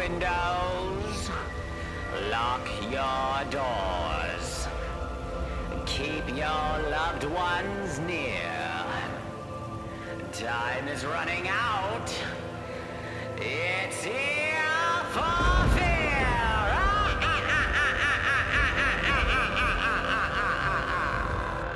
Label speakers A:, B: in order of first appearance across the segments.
A: windows. Lock your doors. Keep your loved ones near. Time is running out. It's here for fear.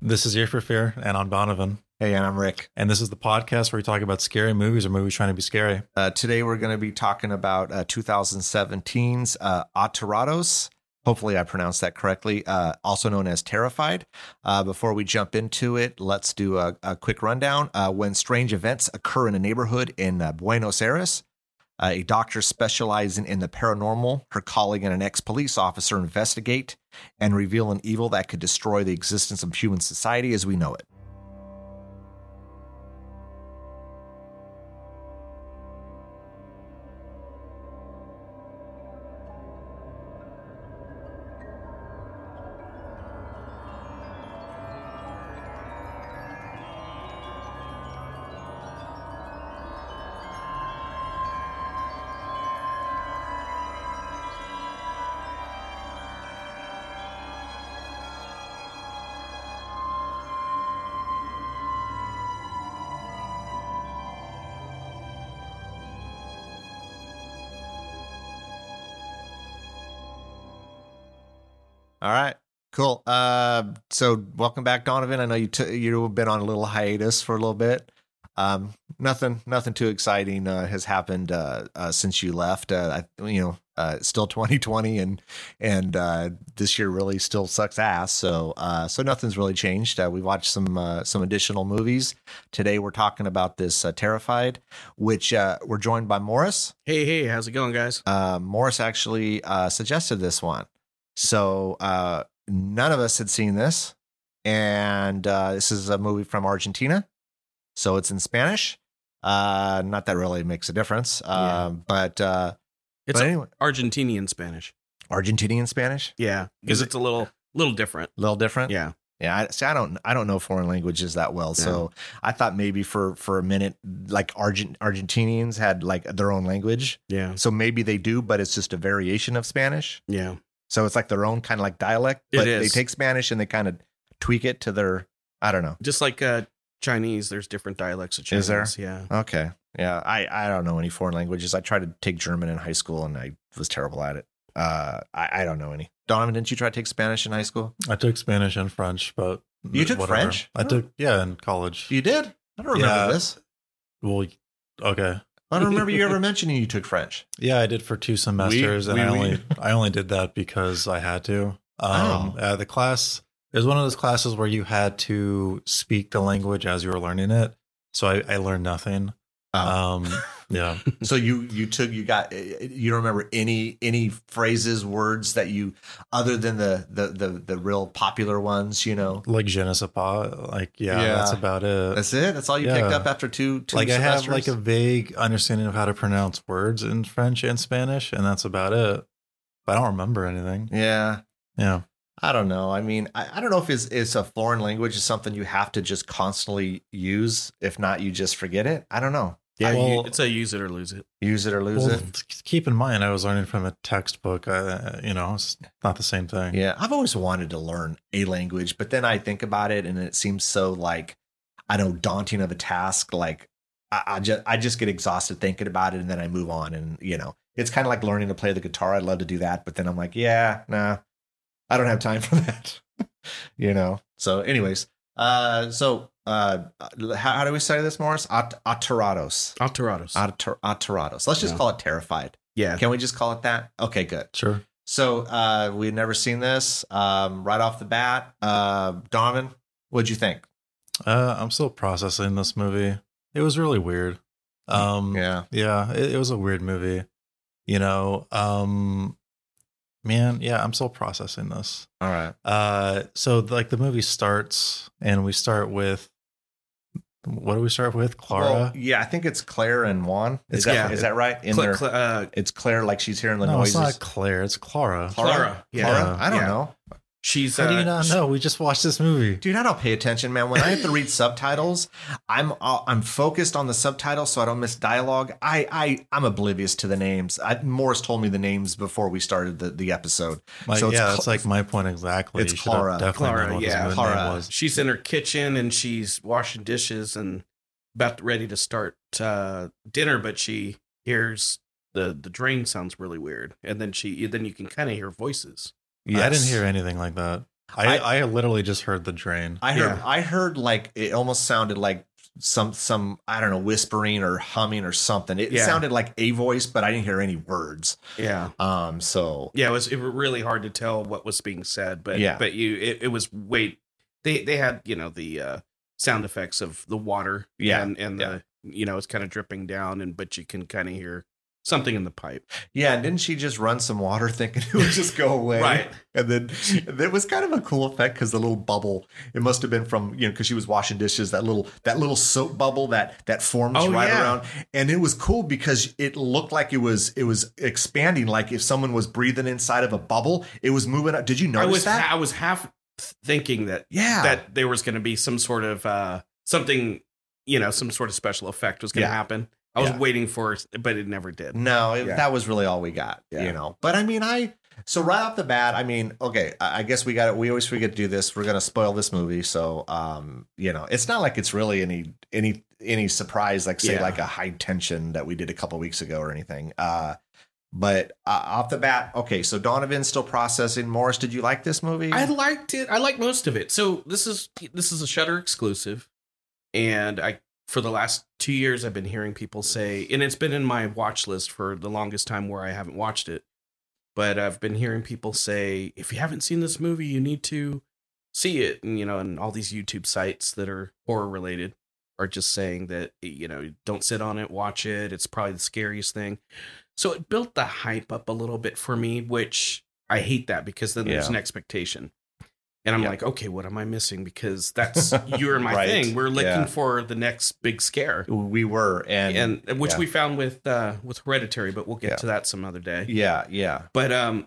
B: This is Ear for Fear, and I'm Donovan.
C: Hey, and I'm Rick.
B: And this is the podcast where we talk about scary movies or movies trying to be scary.
C: Uh, today we're going to be talking about uh, 2017's uh, Atarados. Hopefully, I pronounced that correctly, uh, also known as Terrified. Uh, before we jump into it, let's do a, a quick rundown. Uh, when strange events occur in a neighborhood in uh, Buenos Aires, uh, a doctor specializing in the paranormal, her colleague, and an ex police officer investigate and reveal an evil that could destroy the existence of human society as we know it. All right. Cool. Uh, so welcome back, Donovan. I know you t- you've been on a little hiatus for a little bit. Um, nothing, nothing too exciting uh, has happened uh, uh, since you left. Uh, I, you know, uh, it's still 2020, and and uh, this year really still sucks ass. So uh, so nothing's really changed. Uh, we watched some uh, some additional movies today. We're talking about this uh, Terrified, which uh, we're joined by Morris.
D: Hey, hey, how's it going, guys?
C: uh, Morris actually uh, suggested this one. So uh, none of us had seen this. And uh, this is a movie from Argentina. So it's in Spanish. Uh, not that really makes a difference. Uh, But, uh,
D: It's
C: but anyway,
D: Argentinian Spanish.
C: Argentinian Spanish,
D: Yeah, because
C: Is it-
D: it's a little, little different.
C: a little different.
D: Yeah,
C: Yeah, I, see, I don't, I don't know foreign languages that well, so I thought maybe for for a minute, like Argent Argentinians had like their own language,
D: yeah,
C: so maybe they do, but it's just a variation of Spanish.
D: yeah.
C: So it's like their own kind of like dialect, but
D: It
C: they
D: is.
C: take Spanish and they kind of tweak it to their. I don't know.
D: Just like uh, Chinese, there's different dialects of
C: Is
D: Chinese.
C: there?
D: Yeah,
C: Okay, yeah, I I don't know any foreign languages. I tried to take German in high school and I was terrible at it. Uh, I I don't know any. Donovan, didn't you try to take Spanish in high school?
B: I took Spanish and French, but
C: You took
B: whatever.
C: French? Oh.
B: I took yeah in college.
C: You did. I don't remember
B: Yeah.
C: this.
B: well, okay,
C: I don't remember you ever mentioning you took French.
B: yeah, I did for two semesters, and
C: we- we-
B: I only I only did that because I had to. Um,
C: Oh.
B: uh, the class it was one of those classes where you had to speak the language as you were learning it. So I, I learned nothing. Um, yeah,
C: so you you took you got eh, you don't remember any any phrases words that you other than the the the, the real popular ones. You know,
B: like je ne sais pas. Like yeah,
C: Yeah.
B: that's about it.
C: that's it. That's all you
B: Yeah.
C: picked up after two two.
B: like I have
C: semesters?
B: like a vague understanding of how to pronounce words in French and Spanish, and that's about it. But I don't remember anything.
C: Yeah.
B: Yeah,
C: I don't know. I mean, I, I don't know if it's, it's a foreign language is something you have to just constantly use. If not, you just forget it. I don't know.
D: yeah.
B: Well-
D: you- it's a use it or lose it.
C: Use it or lose
B: well,
C: it.
B: th- keep in mind I was learning from a textbook. Uh, you know, it's not the same thing.
C: Yeah. I've always wanted to learn a language, but then I think about it and it seems so like, I don't know, daunting of a task. Like I, I just, I just get exhausted thinking about it and then I move on. And you know, it's kind of like learning to play the guitar. I'd love to do that. But then I'm like, yeah, nah, I don't have time for that. you know? So anyways, uh, so, uh, how, how do we say this, Morris? At, atarados.
D: Alterados.
C: Atar- atarados. Let's just
D: Yeah.
C: call it terrified.
D: yeah,
C: Can we just call it that? Okay, good.
B: Sure.
C: So uh, we've never seen this um, right off the bat. Uh, Donovan, what'd you think?
B: Uh, I'm still processing this movie. It was really weird. Um, yeah,
C: Mm, Yeah,
B: it, it was a weird movie. You know, um, man, yeah, I'm still processing this.
C: all right.
B: Uh, so like the movie starts, and we start with what do we start with? Clara.
C: Well, yeah, I think it's Claire and Juan. Is
B: It's-
C: that
D: yeah.
C: is that right? In
D: Cla-
C: their,
D: cla- uh,
C: it's Claire, like she's hearing the
B: no, it's
C: noises.
B: not Claire. It's Clara.
D: Clara, yeah.
C: Clara? I don't
D: Yeah.
C: know.
D: She's
B: How do
D: uh,
B: you not
D: she-
B: know? We just watched this movie.
C: Dude, I don't pay attention, man. When I have to read subtitles, I'm uh, I'm focused on the subtitles so I don't miss dialogue. I I I'm oblivious to the names. I, Morris told me the names before we started the, the episode.
B: Like,
C: so it's
B: yeah,
C: cl-
B: that's like my point exactly.
C: it's
B: You should have
C: Clara.
B: Definitely known
D: Clara,
B: what
D: yeah,
B: his
C: Clara.
B: name was.
D: she's in her kitchen and she's washing dishes and about ready to start uh, dinner, but she hears the the drain sounds really weird, and then she then you can kind of hear voices.
B: I didn't hear anything like that. I, I, literally just heard the drain.
C: I heard
D: Yeah.
C: I heard like it almost sounded like some some I don't know whispering or humming or something. It
D: Yeah.
C: sounded like a voice, but I didn't hear any words.
D: Yeah,
C: Um, so
D: yeah, it was it were really hard to tell what was being said, but
C: Yeah.
D: but you it, it was way they they had you know the uh, sound effects of the water,
C: Yeah.
D: and, and the you know it's kind of dripping down, and but you can kind of hear something in the pipe,
C: yeah, and didn't she just run some water thinking it would just go away? And then it was kind of a cool effect because the little bubble. It must have been from you know because she was washing dishes. That little that little soap bubble that that forms
D: Oh,
C: right
D: yeah.
C: around, and it was cool because it looked like it was it was expanding. Like if someone was breathing inside of a bubble, it was moving up. Did you
D: I
C: notice
D: was
C: that?
D: ha- I was half thinking that
C: yeah,
D: that there was going to be some sort of uh something you know some sort of special effect was going to
C: Yeah.
D: happen i was
C: Yeah.
D: waiting for it but it never did
C: No, it,
D: Yeah.
C: that was really all we got,
D: Yeah.
C: you know. But I mean, I so right off the bat, I mean, okay, I I guess we got it. We always forget to do this. We're gonna spoil this movie, so um, you know, it's not like it's really any any any surprise, like say
D: Yeah.
C: like a high tension that we did a couple weeks ago or anything. Uh, but uh, off the bat, okay, so Donovan's still processing. Morris, did you like this movie?
D: i liked it i liked most of it so this is this is a shutter exclusive and i for the last two years i've been hearing people say and it's been in my watch list for the longest time where i haven't watched it but i've been hearing people say if you haven't seen this movie you need to see it and you know and all these youtube sites that are horror related are just saying that you know don't sit on it watch it it's probably the scariest thing so it built the hype up a little bit for me which i hate that because then there's
C: Yeah.
D: an expectation and i'm
C: Yeah.
D: like okay what am i missing because that's you're my
C: Right.
D: thing we're looking
C: Yeah.
D: for the next big scare
C: we were, and,
D: and, which
C: yeah.
D: we found with uh with hereditary but we'll get
C: Yeah.
D: to that some other day
C: yeah, yeah,
D: but um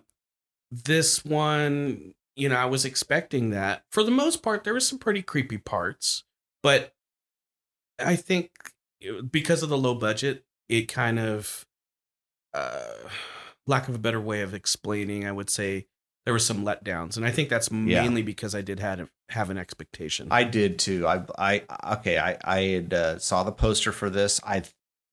D: this one, you know, I was expecting that. For the most part, there were some pretty creepy parts, but I think it- because of the low budget, it kind of uh lack of a better way of explaining, I would say there were some letdowns. And I think that's mainly because I did had have an expectation.
C: I did too. I I okay. I I had, uh, saw the poster for this. I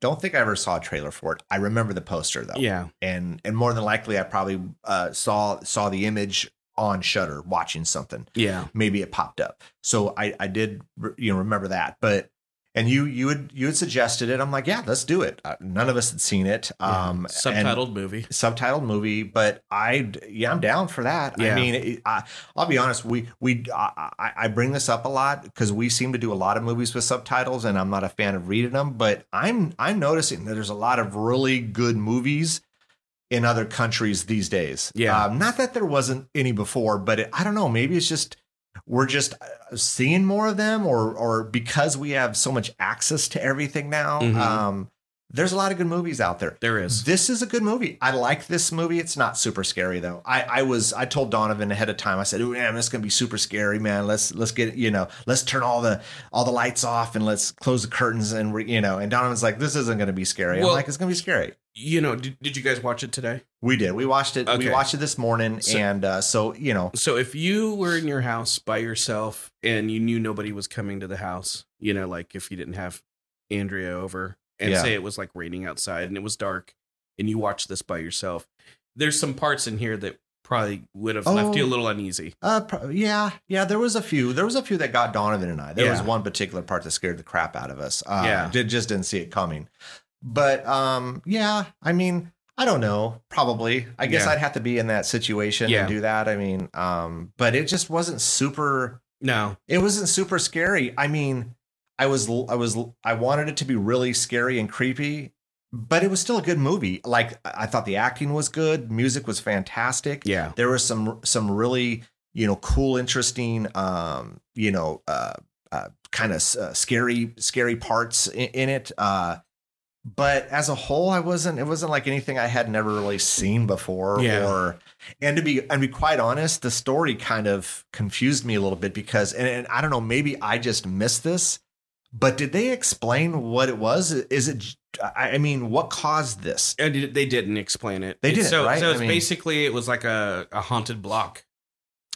C: don't think I ever saw a trailer for it. I remember the poster though,
D: yeah.
C: and and more than likely, I probably uh, saw saw the image on Shutter watching something.
D: Yeah.
C: Maybe it popped up. So I I did re- you know remember that, but. And you you had you had suggested it. I'm like, yeah, let's do it. Uh, none of us had seen it. Um, and-
D: subtitled movie.
C: subtitled movie, but I yeah, I'm down for that. I
D: Yeah.
C: mean, it, I, I'll be honest, we we I, I- I bring this up a lot because we seem to do a lot of movies with subtitles, and I'm not a fan of reading them. But I'm I'm noticing that there's a lot of really good movies in other countries these days.
D: Yeah.
C: um, not that there wasn't any before, but it, I don't know. Maybe it's just we're just uh, seeing more of them, or or because we have so much access to everything now.
D: Mhm.
C: Um, there's a lot of good movies out there.
D: There is.
C: This is a good movie. I like this movie. It's not super scary though. I, I was I told Donovan ahead of time. I said, "Ooh, man, this is gonna be super scary, man. Let's let's get you know, let's turn all the all the lights off and let's close the curtains and we're you know." And Donovan's like, "This isn't gonna be scary."
D: Well-
C: I'm like, "It's gonna be scary."
D: You know, did, did you guys watch it today?
C: We did. We watched it.
D: Okay.
C: We watched it this morning,
D: So-
C: and uh, so you know,
D: So if you were in your house by yourself and you knew nobody was coming to the house, you know, like if you didn't have Andrea over and
C: Yeah.
D: say it was like raining outside and it was dark and you watched this by yourself, there's some parts in here that probably would have left you a
C: Oh.
D: little uneasy.
C: uh, pro- yeah, yeah. There was a few. There was a few that got Donovan and I. There was
D: Yeah.
C: one particular part that scared the crap out of us. Uh,
D: Yeah.
C: did just didn't see it coming. But um, yeah, I mean, I don't know. Probably, I guess
D: Yeah.
C: I'd have to be in that situation
D: Yeah.
C: and do that. I mean, um, but it just wasn't super.
D: No.
C: It wasn't super scary. I mean, I was, l- I was, l- I wanted it to be really scary and creepy, but it was still a good movie. Like I I thought the acting was good, music was fantastic
D: Yeah.
C: there was some some really you know cool interesting um you know uh, uh kind of uh, scary scary parts in, in it uh but as a whole, I wasn't. It wasn't like anything I had never really seen before.
D: Yeah.
C: Or, and to be and be quite honest, the story kind of confused me a little bit because, and, and I don't know, maybe I just missed this. But did they explain what it was? Is it? j- I I mean, what caused this?
D: And it- they didn't explain it.
C: They
D: It-
C: didn't,
D: So,
C: right?
D: so
C: I
D: it's
C: mean-
D: basically it was like a, a haunted block.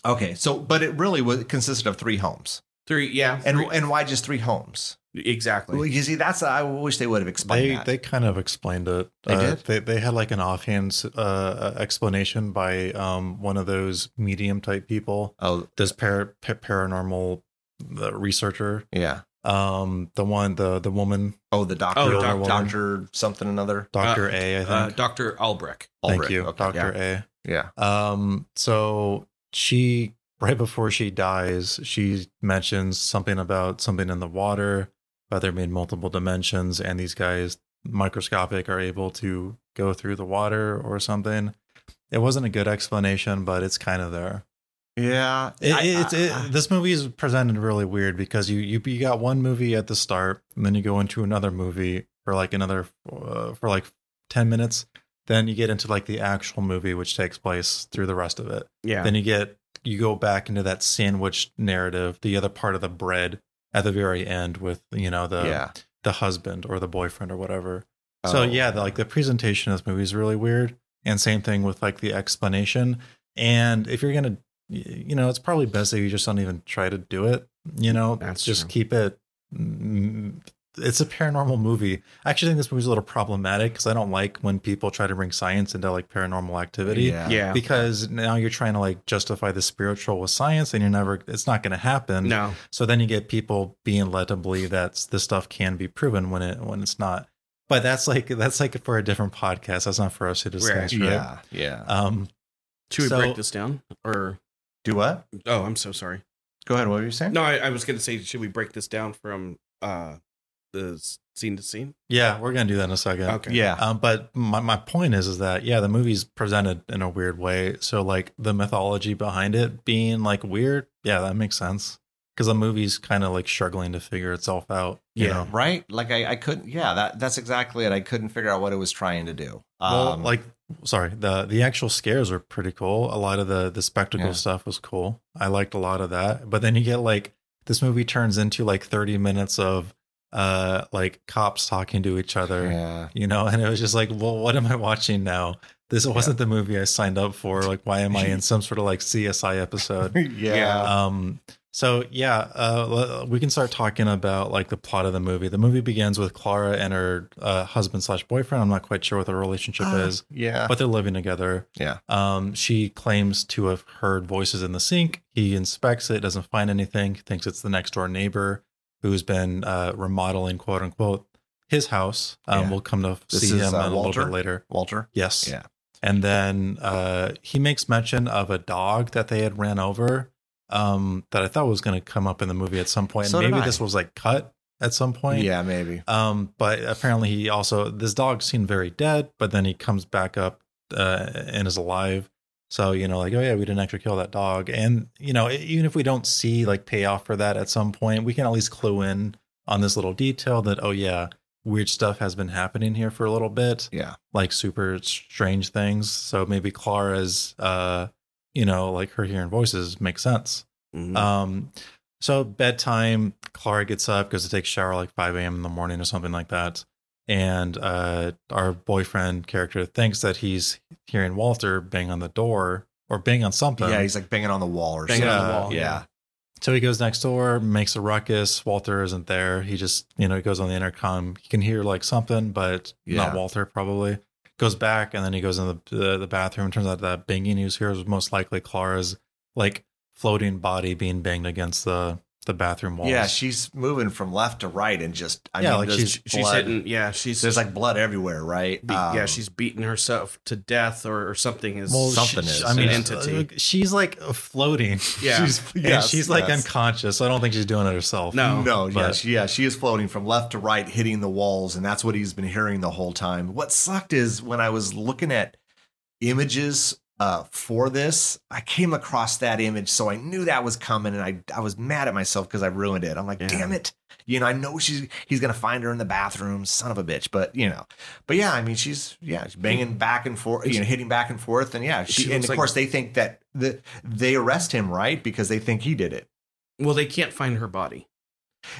C: Okay, so but it really was consisted of three homes,
D: Three, yeah,
C: and
D: three-
C: and why just three homes?
D: exactly.
C: Well, you see, that's I wish they would have explained
B: They
C: that.
B: they kind of explained it.
C: They
B: Uh,
C: did?
B: They they had like an offhand uh, explanation by um one of those medium type people,
C: oh
B: this par- pa- paranormal uh, researcher,
C: yeah.
B: um the one the the woman
C: Oh, the doctor,
D: Oh,
C: the
D: doc-
C: woman. doctor, something another.
B: Doctor A, I think.
D: uh, Doctor Albrecht.
B: Thank
C: Ulrich.
B: you,
C: Okay,
B: Doctor A.
C: Yeah. yeah.
B: Um, so she right before she dies, she mentions something about something in the water, about there being multiple dimensions, and these guys microscopic are able to go through the water or something. It wasn't a good explanation, but it's kind of there.
C: Yeah,
B: It,
C: I-
B: it, it,
C: I-
B: this movie is presented really weird because you, you you got one movie at the start, and then you go into another movie for like another uh, for like ten minutes. Then you get into like the actual movie, which takes place through the rest of it.
D: Yeah,
B: Then you get you go back into that sandwich narrative, the other part of the bread at the very end with you know the
C: yeah.
B: the husband or the boyfriend or whatever. So
C: Oh.
B: yeah, the, like the presentation of this movie is really weird, and same thing with like the explanation. And if you're gonna, y- you know, it's probably best that you just don't even try to do it. You know,
D: That's
B: just
D: true.
B: keep it. mm, It's a paranormal movie. I actually think this movie's a little problematic because I don't like when people try to bring science into like paranormal activity.
C: yeah,
D: yeah.
B: Because now you're trying to like justify the spiritual with science, and you're never. It's not going to happen.
D: No,
B: So then you get people being led to believe that this stuff can be proven when it when it's not. But that's like that's like for a different podcast. That's not for us to discuss.
D: Right.
B: Right?
C: yeah, yeah.
B: Um.
D: should we
B: So-
D: break this down or?
C: Do what?
D: Oh, I'm so sorry.
C: Go ahead. What were you saying?
D: No, I, I was going to say, should we break this down from uh the s- scene to scene?
B: Yeah, we're gonna do that in a second.
D: Okay.
C: Yeah.
B: Um, but my, my point is is that yeah, the movie's presented in a weird way. So like the mythology behind it being like weird, yeah, that makes sense. Because the movie's kind of like struggling to figure itself out. You
D: Yeah.
B: know?
C: Right. Like I, I couldn't. Yeah. That that's exactly it. I couldn't figure out what it was trying to do.
B: Well,
C: Um,
B: like sorry, the the actual scares are pretty cool. A lot of the the spectacle
C: Yeah.
B: stuff was cool. I liked a lot of that. But then you get like this movie turns into like 30 minutes of uh like cops talking to each other,
C: yeah.
B: you know, and it was just like, "Well, what am I watching now? This wasn't the movie I signed up for. Like why am I in some sort of like CSI episode?"
C: yeah,
B: um so yeah uh we can start talking about like the plot of the movie the movie begins with clara and her uh, husband slash boyfriend i'm not quite sure what their relationship
C: Ah.
B: is
C: yeah,
B: but they're living together
C: yeah,
B: um she claims to have heard voices in the sink he inspects it doesn't find anything thinks it's the next door neighbor who's been uh remodeling quote unquote his house um
C: Yeah.
B: we'll come to
C: This
B: see
C: is,
B: him
C: uh,
B: a little
C: Walter?
B: bit later
C: Walter.
B: Yes.
C: Yeah.
B: And then uh, he makes mention of a dog that they had ran over um, that I thought was going to come up in the movie at some point.
C: So did
B: Maybe
C: I.
B: this was like cut at some point.
C: Yeah, maybe.
B: Um, but apparently he also this dog seemed very dead, but then he comes back up uh, and is alive. So you know, like oh yeah, we didn't actually kill that dog, and you know, e, even if we don't see like payoff for that at some point, we can at least clue in on this little detail that oh yeah, weird stuff has been happening here for a little bit
C: Yeah,
B: like super strange things. So maybe Clara's, uh, you know, like her hearing voices makes sense.
C: Mm-hmm.
D: Mhm.
B: Um, so bedtime, Clara gets up, goes to take a shower like 5 a.m. in the morning or something like that. And uh, our boyfriend character thinks that he's hearing Walter bang on the door or bang on something.
C: yeah. He's like Um, banging on the wall or
D: Banging
C: something.
D: on the
B: uh, yeah,
D: wall.
C: yeah,
B: So he goes next door, makes a ruckus. Walter isn't there. He just, you know, he goes on the intercom. He can hear like something, but
C: Yeah.
B: not Walter probably. Goes back and then he goes in the the, the bathroom. Turns out that banging he was here was most likely Clara's like floating body being banged against the the bathroom walls.
C: yeah. She's moving from left to right and just. I
B: Yeah,
C: mean,
B: like
C: there's
B: she's-
D: she's
C: blood-
D: hitting. Yeah, she's
C: There's like blood everywhere, right?
D: be- yeah,
C: Um,
D: she's beating herself to death or, or something. Is
B: Well,
C: something is.
B: I mean, uh,
D: An entity.
B: She's like floating.
D: Yeah.
B: she's, and
C: yes,
B: she's like
C: yes.
B: unconscious. I don't think she's doing it herself.
D: No.
C: No, yeah,
B: but-
C: she, yeah, she is floating from left to right, hitting the walls, and that's what he's been hearing the whole time. What sucked is when I was looking at images uh, for this, I came across that image, so I knew that was coming, and I I was mad at myself because I ruined it. I'm like,
D: Yeah.
C: damn it, you know, I know she's he's gonna find her in the bathroom, son of a bitch. But you know, but yeah, I mean, she's yeah, she's banging back and forth, you know, hitting back and forth, and yeah, she,
D: She
C: and
D: looks
C: of
D: like-
C: course they think that the, they arrest him right because they think he did it.
D: Well, they can't find her body.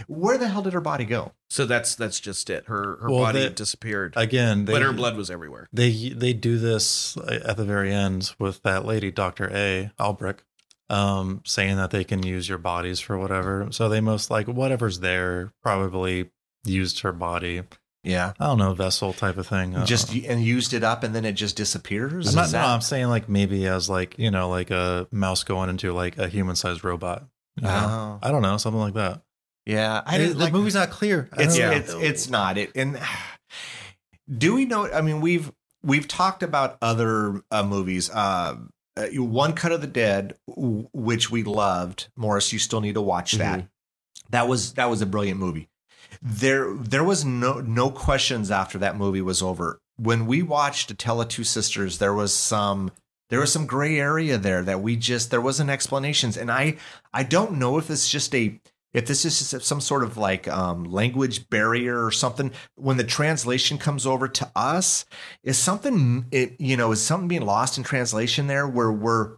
C: Where the hell did her body go?
D: So that's that's just it. Her her
B: Well,
D: body
B: that-
D: disappeared,
B: Again, they,
D: but her blood was everywhere.
B: they they do this at the very end with that lady, Doctor A. Albrecht, um, saying that they can use your bodies for whatever. So they most like whatever's there probably used her body.
C: Yeah,
B: I don't know vessel type of thing. I don't
C: just
B: know.
C: and used it up, and then it just disappears.
B: I'm not.
C: Is
B: No,
C: that-
B: I'm saying like maybe as like you know like a mouse going into like a human sized robot. you know?
C: Oh,
B: I don't know something like that.
C: yeah. I
B: It-
C: didn't
B: the
C: like
B: movie's not clear. I
C: it's
B: don't know.
C: it's it's not it and do we know i mean we've we've talked about other uh, movies uh uh, one cut of the dead w- which we loved morris you still need to watch that that was that was a brilliant movie there there was no no questions after that movie was over when we watched a tell of two sisters there was some there was some gray area there that we just there wasn't explanations and i i don't know if it's just a if this is just some sort of like um, language barrier or something when the translation comes over to us is something it, you know is something being lost in translation there where we're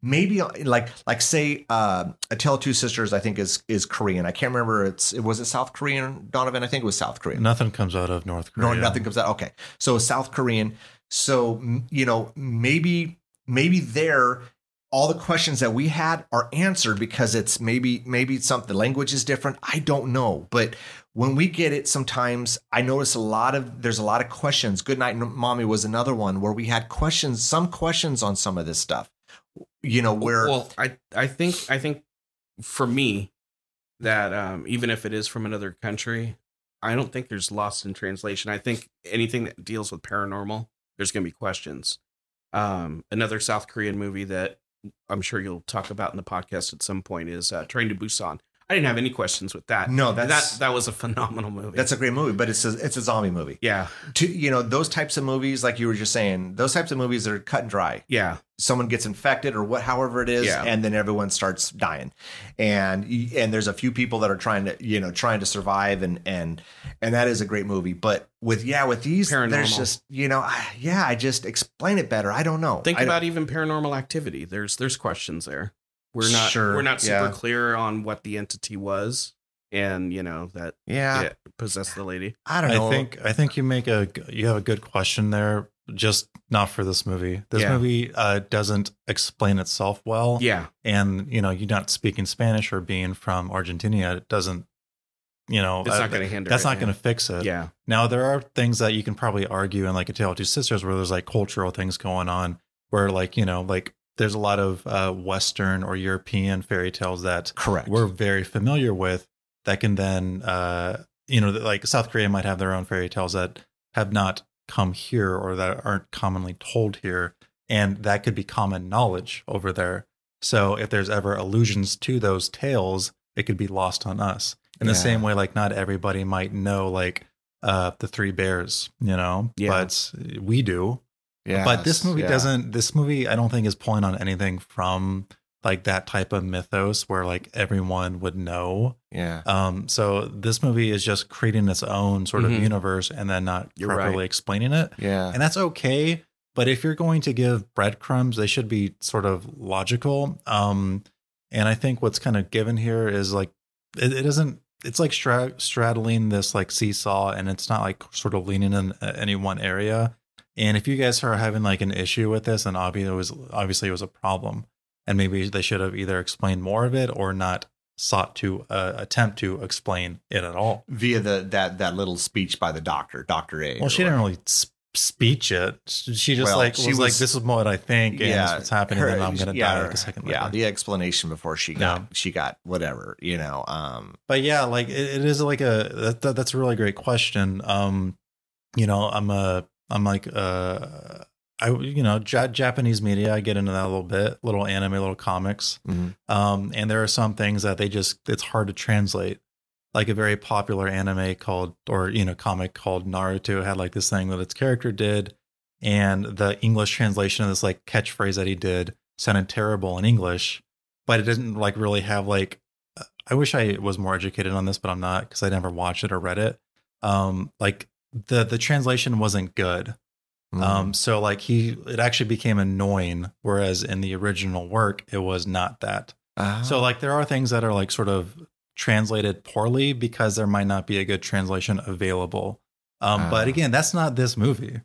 C: maybe like like say uh, a tale of two sisters i think is is korean i can't remember it's it was it south korean donovan i think it was south korean
B: nothing comes out of North Korea.
C: no, nothing comes out. Okay, so South Korean. So m- you know, maybe maybe there, all the questions that we had are answered because it's maybe maybe it's something the language is different. I don't know, but when we get it, sometimes I notice a lot of there's a lot of questions. Good night, mommy was another one where we had questions, some questions on some of this stuff. You know, where
D: well, I I think I think for me that um, even if it is from another country, I don't think there's lost in translation. I think anything that deals with paranormal, there's going to be questions. Um, another South Korean movie that I'm sure you'll talk about in the podcast at some point is uh, Train to Busan. I didn't have any questions with that.
C: No, that's-
D: that that was a phenomenal movie.
C: that's a great movie, but it's a it's a zombie movie.
D: yeah,
C: To, you know, those types of movies, like you were just saying, those types of movies are cut and dry.
D: yeah,
C: someone gets infected or what however it is
D: Yeah.
C: and then everyone starts dying and y- and there's a few people that are trying to you know trying to survive and and and that is a great movie but with yeah with these there's
D: Paranormal.
C: just you know I, yeah i just explain it better i don't know
D: think
C: I-
D: about even paranormal activity there's there's questions there we're not
C: Sure,
D: we're not super
C: yeah.
D: clear on what the entity was and you know that
C: yeah,
D: it possessed the lady
C: i don't know
B: I think I think you make a you have a good question there. Just not for this movie. This
D: Yeah.
B: movie uh, doesn't explain itself well.
D: yeah
B: and you know you're not speaking Spanish or being from Argentina. It doesn't. You know,
D: it's
B: uh,
D: not going to hinder
B: that's
D: it,
B: not going to fix
C: uh,
B: it.
D: yeah
B: Now there are things that you can probably argue in like a Tale of Two Sisters where there's like cultural things going on where like you know like there's a lot of uh, Western or European fairy tales that
C: correct
B: we're very familiar with that can then uh, you know like South Korea might have their own fairy tales that have not come here or that aren't commonly told here and that could be common knowledge over there. So if there's ever allusions to those tales, it could be lost on us. In the
C: Yeah.
B: same way like not everybody might know like uh the three bears, you know,
D: Yeah.
B: but we do
C: yeah
B: but this movie
C: yeah.
B: doesn't this movie i don't think is pulling on anything from like that type of mythos where like everyone would know
C: yeah
B: um so this movie is just creating its own sort of
D: Mhm.
B: universe and then not
D: You're
B: properly
D: right.
B: explaining it
C: yeah
B: and that's okay but if you're going to give breadcrumbs they should be sort of logical um and i think what's kind of given here is like it, it isn't it's like stra- straddling this like seesaw and it's not like sort of leaning in uh, any one area and if you guys are having like an issue with this then obviously it was obviously it was a problem and maybe they should have either explained more of it or not sought to uh, attempt to explain it at all
C: via the that that little speech by the doctor dr a
B: well,
C: or
B: she didn't really s- speech it. She just
C: Well,
B: like
C: she
B: was, like,
C: was-
B: "This is what I think, and this is what's happening,
C: her-
B: and I'm gonna
C: yeah,
B: die like a second later."
C: Yeah, the explanation before she got
B: No.
C: she got whatever, you know. Um
B: but yeah, like it, it is like a that, that, that's a really great question. Um, you know, I'm a I'm like uh, I you know ja- Japanese media. I get into that a little bit, little anime, little comics. Um, and there are some things that they just it's hard to translate. Like a very popular anime called or you know comic called Naruto had like this thing that its character did, and the English translation of this like catchphrase that he did sounded terrible in English, but it didn't like really have like. I wish I was more educated on this, but I'm not because I never watched it or read it. Um, like the the translation wasn't good.
C: Mm-hmm.
B: Um, so like he, it actually became annoying. Whereas in the original work, it was not that.
C: Ah.
B: Um, So like there are things that are like sort of translated poorly because there might not be a good translation available. Um, but
C: Ah. Mm,
B: again, that's not this movie.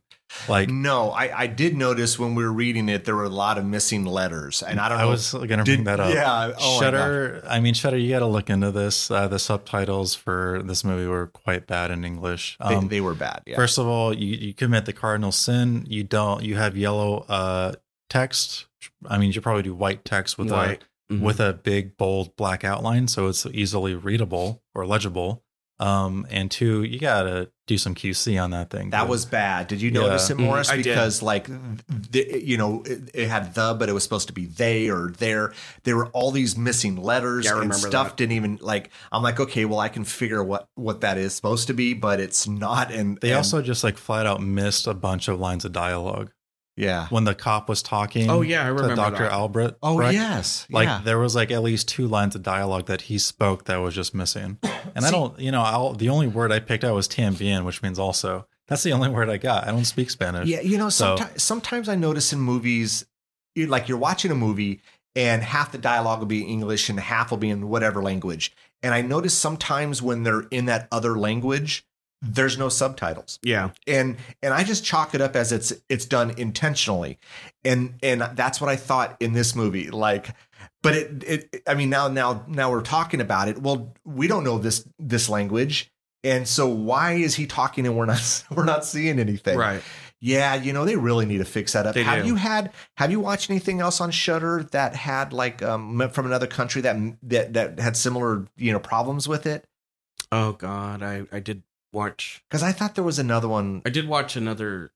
B: Like
C: no, I, I did notice when we were reading it, there were a lot of missing letters, and I don't
B: I
C: know.
B: was gonna
C: did-
B: bring that up.
C: Yeah. Oh my gosh.
B: Shutter. I mean, Shutter. You got to look into this. Uh, the subtitles for this movie were quite bad in English.
C: They,
B: Um,
C: they were bad. Yeah.
B: First of all, you, you commit the cardinal sin. You don't. You have yellow uh, text. I mean, you should probably do white text with
D: Right.
C: Mm-hmm.
B: a with a big bold black outline, so it's easily readable or legible. Um, and two, you gotta do some QC on that thing.
C: That
B: dude.
C: was bad. Did you
B: Yeah.
C: notice it,
D: Mm,
C: Morris?
D: I did.
C: because like, the, you know, it, it had the, but it was supposed to be they or there. There were all these missing letters
D: Yeah, I
C: and
D: remember
C: stuff.
D: that.
C: Didn't even like. I'm like, okay, well, I can figure what what that is supposed to be, but it's not. And
B: They
C: and-
B: also just like flat out missed a bunch of lines of dialogue
C: yeah.
B: when the cop was talking.
D: Oh, yeah, I remember
B: to Dr.
D: that.
B: Albrecht.
C: Oh
B: Brecht,
C: yes,
B: Like
C: yeah.
B: there was like at least two lines of dialogue that he spoke that was just missing. And I
C: See-
B: don't, you know, I'll, the only word I picked out was tambien, which means also. That's the only word I got. I don't speak Spanish.
C: Yeah, you know,
B: So-
C: sometimes sometimes I notice in movies, you like you're watching a movie and half the dialogue will be English and half will be in whatever language. And I notice sometimes when they're in that other language, there's no subtitles.
D: yeah.
C: And and I just chalk it up as it's it's done intentionally. And and that's what I thought in this movie. Like but it it I mean now now now we're talking about it. Well, we don't know this this language. And so why is he talking and we're not we're not seeing anything?
D: Right.
C: Yeah, you know they really need to fix that up.
D: They
C: have
D: do.
C: you had Have you watched anything else on Shutter that had like um from another country that that that had similar you know problems with it?
D: Oh God, I I did watch.
C: Because I thought there was another one.
D: I did watch another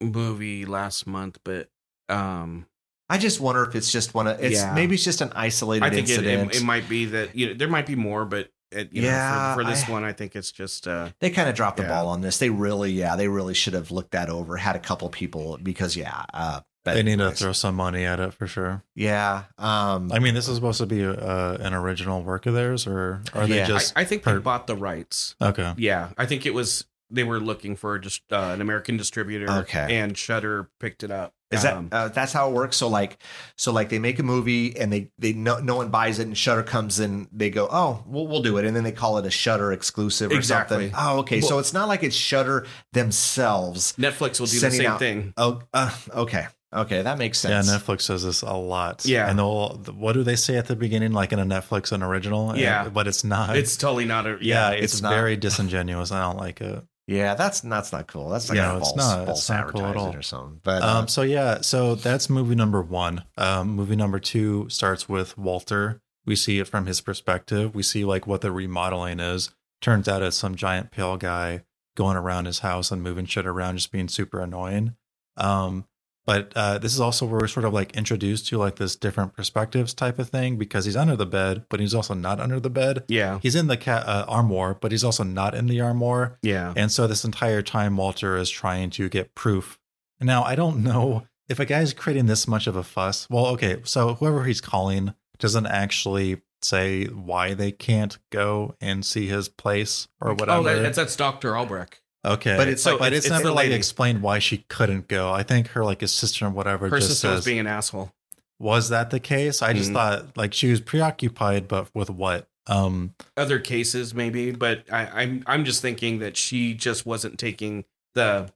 D: movie last month, but um,
C: I just wonder if it's just one. Of, it's
D: Yeah.
C: maybe it's just an isolated
D: I think it,
C: incident.
D: it it might be that you know there might be more, but it, you
C: Yeah,
D: know, for, for this
C: I-
D: one, I think it's just uh,
C: they kind of dropped the
D: Yeah.
C: ball on this. They really, yeah, they really should have looked that over. Had a couple people because yeah, uh, but
B: They need to
C: anyways.
B: throw some money at it for sure.
C: Yeah, um,
B: I mean, this is supposed to be uh, an original work of theirs, or are they
C: Yeah.
D: I,
B: just
D: I think they
B: per-
D: bought the rights.
B: okay?
D: Yeah, I think it was they were looking for just uh, an American distributor.
C: Okay.
D: and Shutter picked it up.
C: Is that
D: Um,
C: uh, that's how it works? So like, so like they make a movie and they they no, no one buys it and Shutter comes in. They go, oh, we'll we'll do it, and then they call it a Shutter exclusive or
D: Exactly.
C: something. Oh, okay. so
D: Well-
C: it's not like it's Shutter themselves.
D: Netflix will do the
C: sending
D: same
C: out-
D: thing?
C: Oh, uh, okay, okay, that makes
B: Yeah,
C: sense.
B: Netflix does this a lot.
D: Yeah.
B: and they'll what do they say at the beginning? Like in a Netflix, an original. And-
D: Yeah.
B: but it's not.
D: It's totally not a
B: yeah,
D: yeah.
B: it's,
C: it's not.
B: very disingenuous. I don't like it.
C: yeah, that's that's not cool. That's like
B: Yeah,
C: a
B: it's
C: false,
B: not- it's
C: false
B: not cool at
C: advertising
B: all.
C: or something. But uh,
B: Um, so yeah, so that's movie number one. Um, movie number two starts with Walter. We see it from his perspective. We see like what the remodeling is. Turns out it's some giant pale guy going around his house and moving shit around, just being super annoying. Um, but uh, this is also where we're sort of like introduced to like this different perspectives type of thing because he's under the bed, but he's also not under the bed.
D: yeah
B: He's in the cat uh, armoire, but he's also not in the armoire.
D: yeah.
B: And so this entire time, Walter is trying to get proof. Now, I don't know if a guy's creating this much of a fuss. Well, okay, so whoever he's calling doesn't actually say why they can't go and see his place or whatever.
D: Oh, that, that's that's Doctor Albrecht.
B: okay,
C: but it's
B: So-
C: like-
B: but
D: it's-
B: it's,
D: it's
B: never
D: the
B: like
D: lady.
B: explained why she couldn't go. I think her like his sister and whatever
D: Her
B: just
D: sister
B: says
D: was being an asshole.
B: was that the case? I just
D: Mhm.
B: thought like she was preoccupied, but with what? Um,
D: Other cases maybe, but I, I'm I'm just thinking that she just wasn't taking the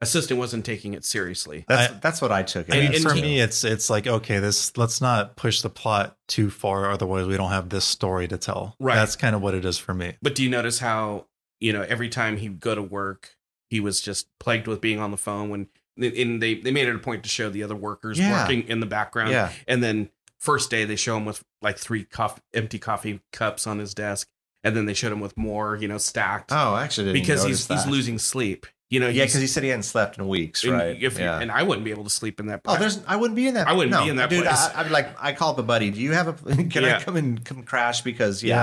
D: assistant wasn't taking it seriously.
C: that's
B: I-
C: that's what I took. it
B: I mean,
C: as,
D: and
B: for
C: too.
B: me, it's it's like okay, this let's not push the plot too far, otherwise we don't have this story to tell.
D: Right.
B: That's kind of what it is for me.
D: But do you notice how you know every time he'd go to work, he was just plagued with being on the phone when and they they made it a point to show the other workers
C: Yeah.
D: working in the background.
C: yeah,
D: And then first day they show him with like three coff empty coffee cups on his desk, and then they showed him with more, you know, stacked
C: oh, I actually, didn't
D: because
C: even notice
D: he's he's
C: that.
D: losing sleep. You know,
C: Yeah,
D: he's-
C: because he said he hadn't slept in weeks,
D: and
C: right?
D: if you-
C: yeah.
D: and I wouldn't be able to sleep in that.
C: Oh, there's. I wouldn't be in that.
D: I wouldn't be in that
C: dude,
D: place.
C: I, I'd be like, I call up a buddy. Do you have a? Can I
D: Yeah.
C: come and come crash? Because yeah,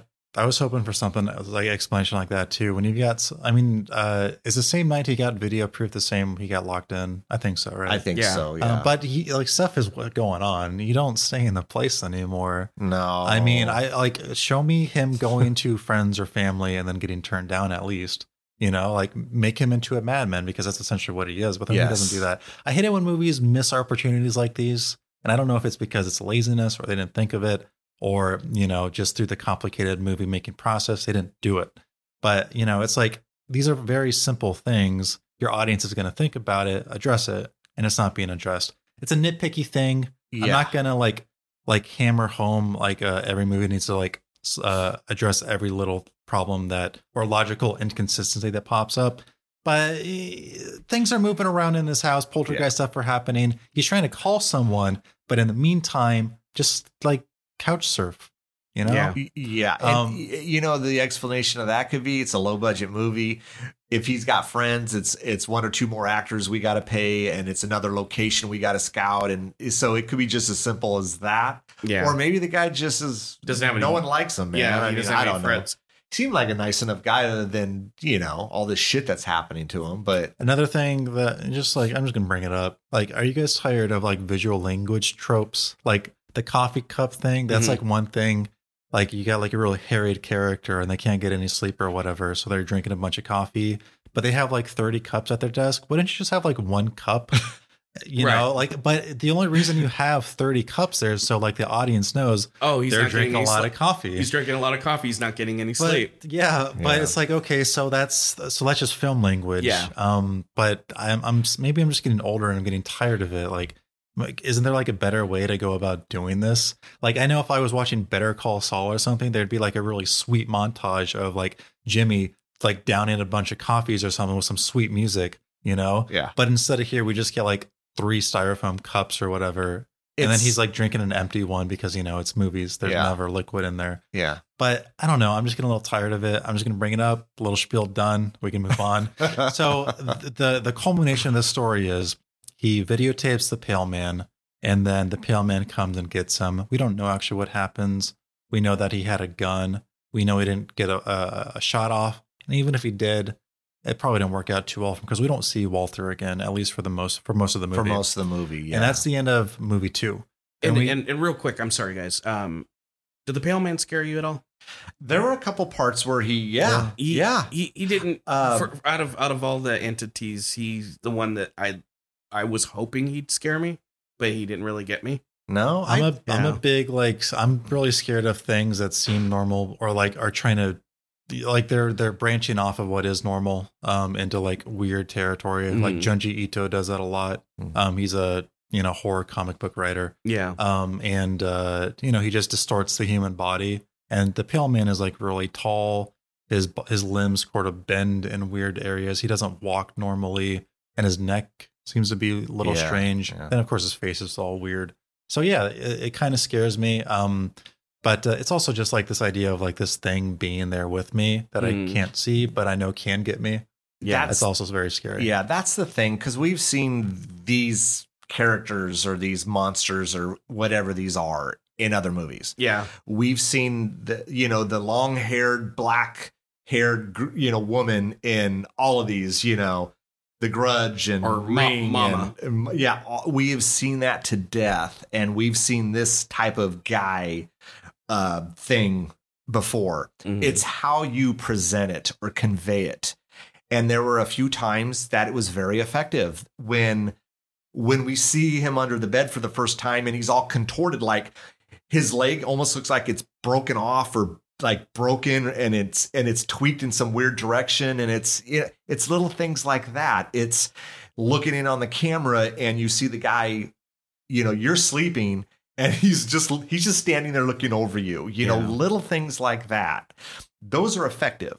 B: Yeah. I was hoping for something that was like explanation like that too. When you've got, s- I mean, uh, is the same night he got video proof the same he got locked in? I think so, right?
C: I think
D: Yeah.
C: so. Yeah.
B: Uh, but he, like stuff is what going on. You don't stay in the place anymore.
C: no,
B: I mean, I like show me him going to friends or family and then getting turned down at least. You know, like make him into a madman because that's essentially what he is. But then he doesn't
C: Yes.
B: do that. I hate it when movies miss opportunities like these, and I don't know if it's because it's laziness or they didn't think of it, or you know, just through the complicated movie making process they didn't do it. But you know, it's like these are very simple things. Your audience is going to think about it, address it, and it's not being addressed. It's a nitpicky thing. I'm not gonna like like hammer home like uh, every movie needs to like s- uh, address every little problem that or logical inconsistency that pops up. But eh, things are moving around in this house. Poltergeist
D: Yeah.
B: stuff are happening. He's trying to call someone, but in the meantime, just like couch surf, you know?
D: Yeah.
C: Y- Yeah. And,
B: Um,
C: y- you know, the explanation of that could be it's a low budget movie. If he's got friends, it's it's one or two more actors we got to pay, and it's another location we got to scout, and so it could be just as simple as that.
D: Yeah.
C: Or maybe the guy just is
D: Doesn't have
C: no
D: any-
C: one likes him, man.
D: yeah.
C: I,
D: he
C: mean,
D: doesn't
C: I
D: have any
C: don't know.
D: friends.
C: Seemed like a nice enough guy, other than you know all this shit that's happening to him. But
B: Another thing that just like I'm just gonna bring it up. Like, are you guys tired of like visual language tropes? Like the coffee cup thing, that's
D: Mhm.
B: like one thing. Like you got like a really harried character and they can't get any sleep or whatever, so they're drinking a bunch of coffee, but they have like 30 cups at their desk. Wouldn't you just have like one cup? You
D: Right.
B: know, like but the only reason you have 30 cups there is so like the audience knows
D: Oh, he's
B: they're
D: not
B: drinking a lot
D: of
B: of coffee.
D: He's drinking a lot of coffee. He's not getting any
B: But-
D: sleep.
B: yeah, but
C: Yeah.
B: it's like okay, so that's so that's just film language.
D: Yeah.
B: Um, but I'm I'm maybe I'm just getting older and I'm getting tired of it. Like, like, isn't there like a better way to go about doing this? Like, I know if I was watching Better Call Saul or something, there'd be like a really sweet montage of like Jimmy like downing a bunch of coffees or something with some sweet music, you know.
C: yeah,
B: But instead of here, we just get like three styrofoam cups or whatever, and then he's like drinking an empty one because you know it's movies. There's
C: Yeah.
B: never liquid in there
C: yeah,
B: but I don't know. I'm just getting a little tired of it. I'm just going to bring it up. A little spiel done. We can move on. so th- the the culmination of this story is he videotapes the pale man, and then the pale man comes and gets him. We don't know actually what happens. We know that he had a gun. We know he didn't get a, a, a shot off, and even if he did, it probably didn't work out too well because we don't see Walter again, at least for the most for most of the movie.
C: for most of the movie, yeah,
B: and that's the end of movie two.
D: And,
B: we-
D: and and real quick, I'm sorry guys. Um, did the pale man scare you at all?
C: there were a couple parts where he, yeah,
D: He,
C: yeah,
D: He he didn't.
C: Um,
D: for, out of out of all the entities, he's the one that I I was hoping he'd scare me, but he didn't really get me.
C: no,
B: I'm
C: I-
B: a am
D: yeah.
B: a big like s- I'm really scared of things that seem normal or like are trying to like they're they're branching off of what is normal um into like weird territory. Like
D: Mhm.
B: Junji Ito does that a lot.
C: Mhm.
B: Um he's a you know horror comic book writer.
D: Yeah.
B: Um and uh you know he just distorts the human body and the pale man is like really tall. His b- his limbs sort of bend in weird areas. He doesn't walk normally and his neck seems to be a little
C: Yeah.
B: strange.
C: Yeah.
B: And of course, his face is all weird. So yeah, it, it kind of scares me. Um, but uh, it's also just like this idea of like this thing being there with me that
D: Mm.
B: I can't see, but I know can get me.
D: Yeah.
B: That's also very scary.
C: Yeah, that's the thing because we've seen these characters or these monsters or whatever these are in other movies.
D: Yeah.
C: We've seen the you know the long-haired black haired gr- you know woman in all of these you know the grudge and
D: Or Ma-
C: Ring
D: Mama.
C: and- and yeah all- we have seen that to death and we've seen this type of guy uh thing before
D: Mhm.
C: it's how you present it or convey it and there were a few times that it was very effective when when we see him under the bed for the first time and he's all contorted like his leg almost looks like it's broken off or like broken and it's and it's tweaked in some weird direction and it's it, it's little things like that it's looking in on the camera and you see the guy you know you're sleeping and he's just he's just standing there looking over you you know
D: Yeah.
C: little things like that those are effective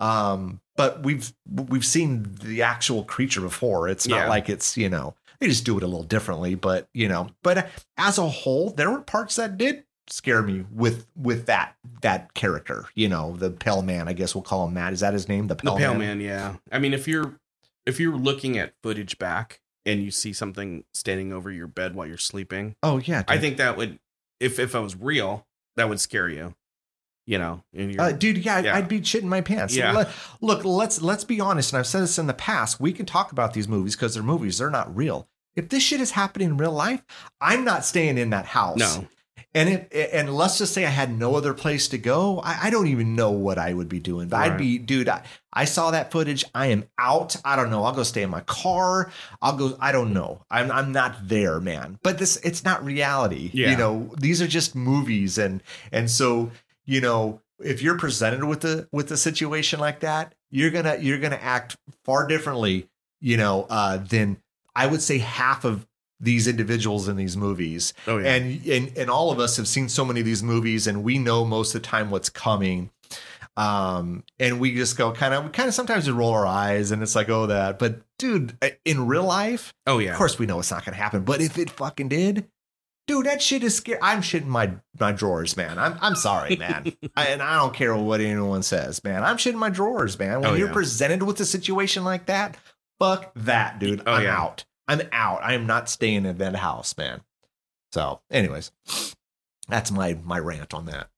C: um but we've we've seen the actual creature before it's not
D: Yeah.
C: like it's you know they just do it a little differently but you know but as a whole there were parts that did scare me with with that that character you know the pale man i guess we'll call him that is that his name the
D: the
C: pale,
D: pale man. Yeah. I mean, if you're if you're looking at footage back and you see something standing over your bed while you're sleeping,
C: oh yeah
D: I
C: dude.
D: think that would if if I was real, that would scare you. You know, and you're,
C: Uh, dude, yeah, I'd-
D: Yeah.
C: I'd be shitting my pants.
D: Yeah.
C: Let- look, let's let's be honest, and I've said this in the past. We can talk about these movies because they're movies; they're not real. If this shit is happening in real life, I'm not staying in that house.
D: no,
C: And if and let's just say I had no other place to go, I, I don't even know what I would be doing. But I'd
D: Right.
C: be, dude, I, I saw that footage. I am out. I don't know. I'll go stay in my car. I'll go. I don't know. I'm I'm not there, man. But this it's not reality.
D: Yeah.
C: You know, these are just movies, and and so you know if you're presented with a with a situation like that, you're gonna you're gonna act far differently. You know, uh, than I would say half of these individuals in these movies
D: oh yeah,
C: and, and and all of us have seen so many of these movies and we know most of the time what's coming um and we just go kind of we kind of sometimes we roll our eyes and it's like oh that but dude in real life
D: oh yeah,
C: of course we know it's not gonna happen but if it fucking did dude that shit is scary i'm shitting my my drawers man i'm i'm sorry man I, and i don't care what anyone says man i'm shitting my drawers man when
D: Oh,
C: you're
D: yeah.
C: presented with a situation like that fuck that dude
D: Oh,
C: i'm
D: yeah.
C: out i'm out i am not staying in that house man so anyways that's my my rant on that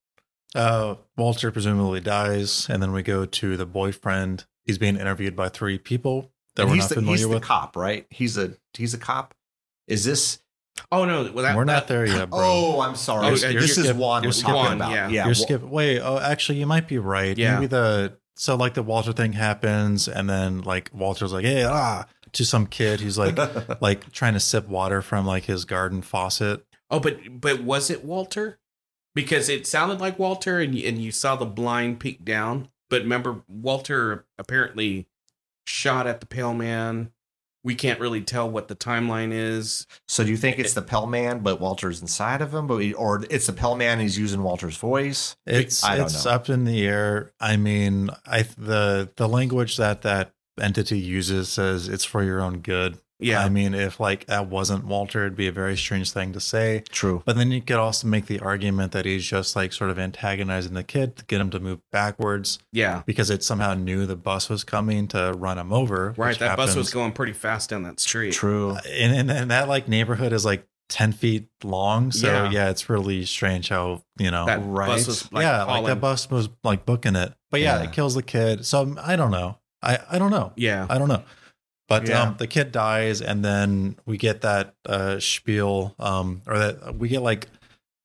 B: Uh, Walter presumably dies, and then we go to the boyfriend. He's being interviewed by three people that
C: And
B: we're
C: he's
B: not
C: the,
B: familiar
C: he's
B: with.
C: the cop right he's a he's a cop is this
D: Oh no, well, that,
B: we're not
D: that-
B: there yet, bro.
C: oh i'm sorry
D: Oh,
C: this
D: uh, you're
C: is
B: skip-
C: juan
B: you're
C: was
D: skipping.
C: talking about
D: Juan, yeah.
C: yeah
B: You're
C: Wa-
B: skipping. Wait, oh, actually, you might be right.
D: Yeah.
B: Maybe the so like the Walter thing happens, and then like Walter's like, "Hey, ah," to some kid who's like like trying to sip water from like his garden faucet.
D: Oh, but but was it Walter? Because it sounded like Walter, and you, and you saw the blind peek down. But remember, Walter apparently shot at the pale man. We can't really tell what the timeline is.
C: So do you think it's the Pell Man, but Walter's inside of him, but or it's the Pell Man and he's using Walter's voice?
B: It's
C: I don't
B: it's
C: know.
B: up in the air. I mean, I the the language that that entity uses says it's for your own good.
D: Yeah,
B: I mean, if like that wasn't Walter, it'd be a very strange thing to say.
C: True.
B: But then you could also make the argument that he's just like sort of antagonizing the kid to get him to move backwards
D: yeah,
B: because it somehow knew the bus was coming to run him over.
D: right.
B: which
D: That bus was
B: happens.
D: going pretty fast down that street.
C: True.
B: And, and and that like neighborhood is like ten feet long. So
D: Yeah.
B: yeah, it's really strange how you know
D: That
C: right.
D: bus was like
B: yeah, like
D: hauling-
B: that bus was like booking it. But yeah,
C: Yeah.
B: it kills the kid. So I don't know. I I don't know.
D: Yeah,
B: I don't know. But
C: Yeah.
B: um, the kid dies, and then we get that uh, spiel, um, or that we get like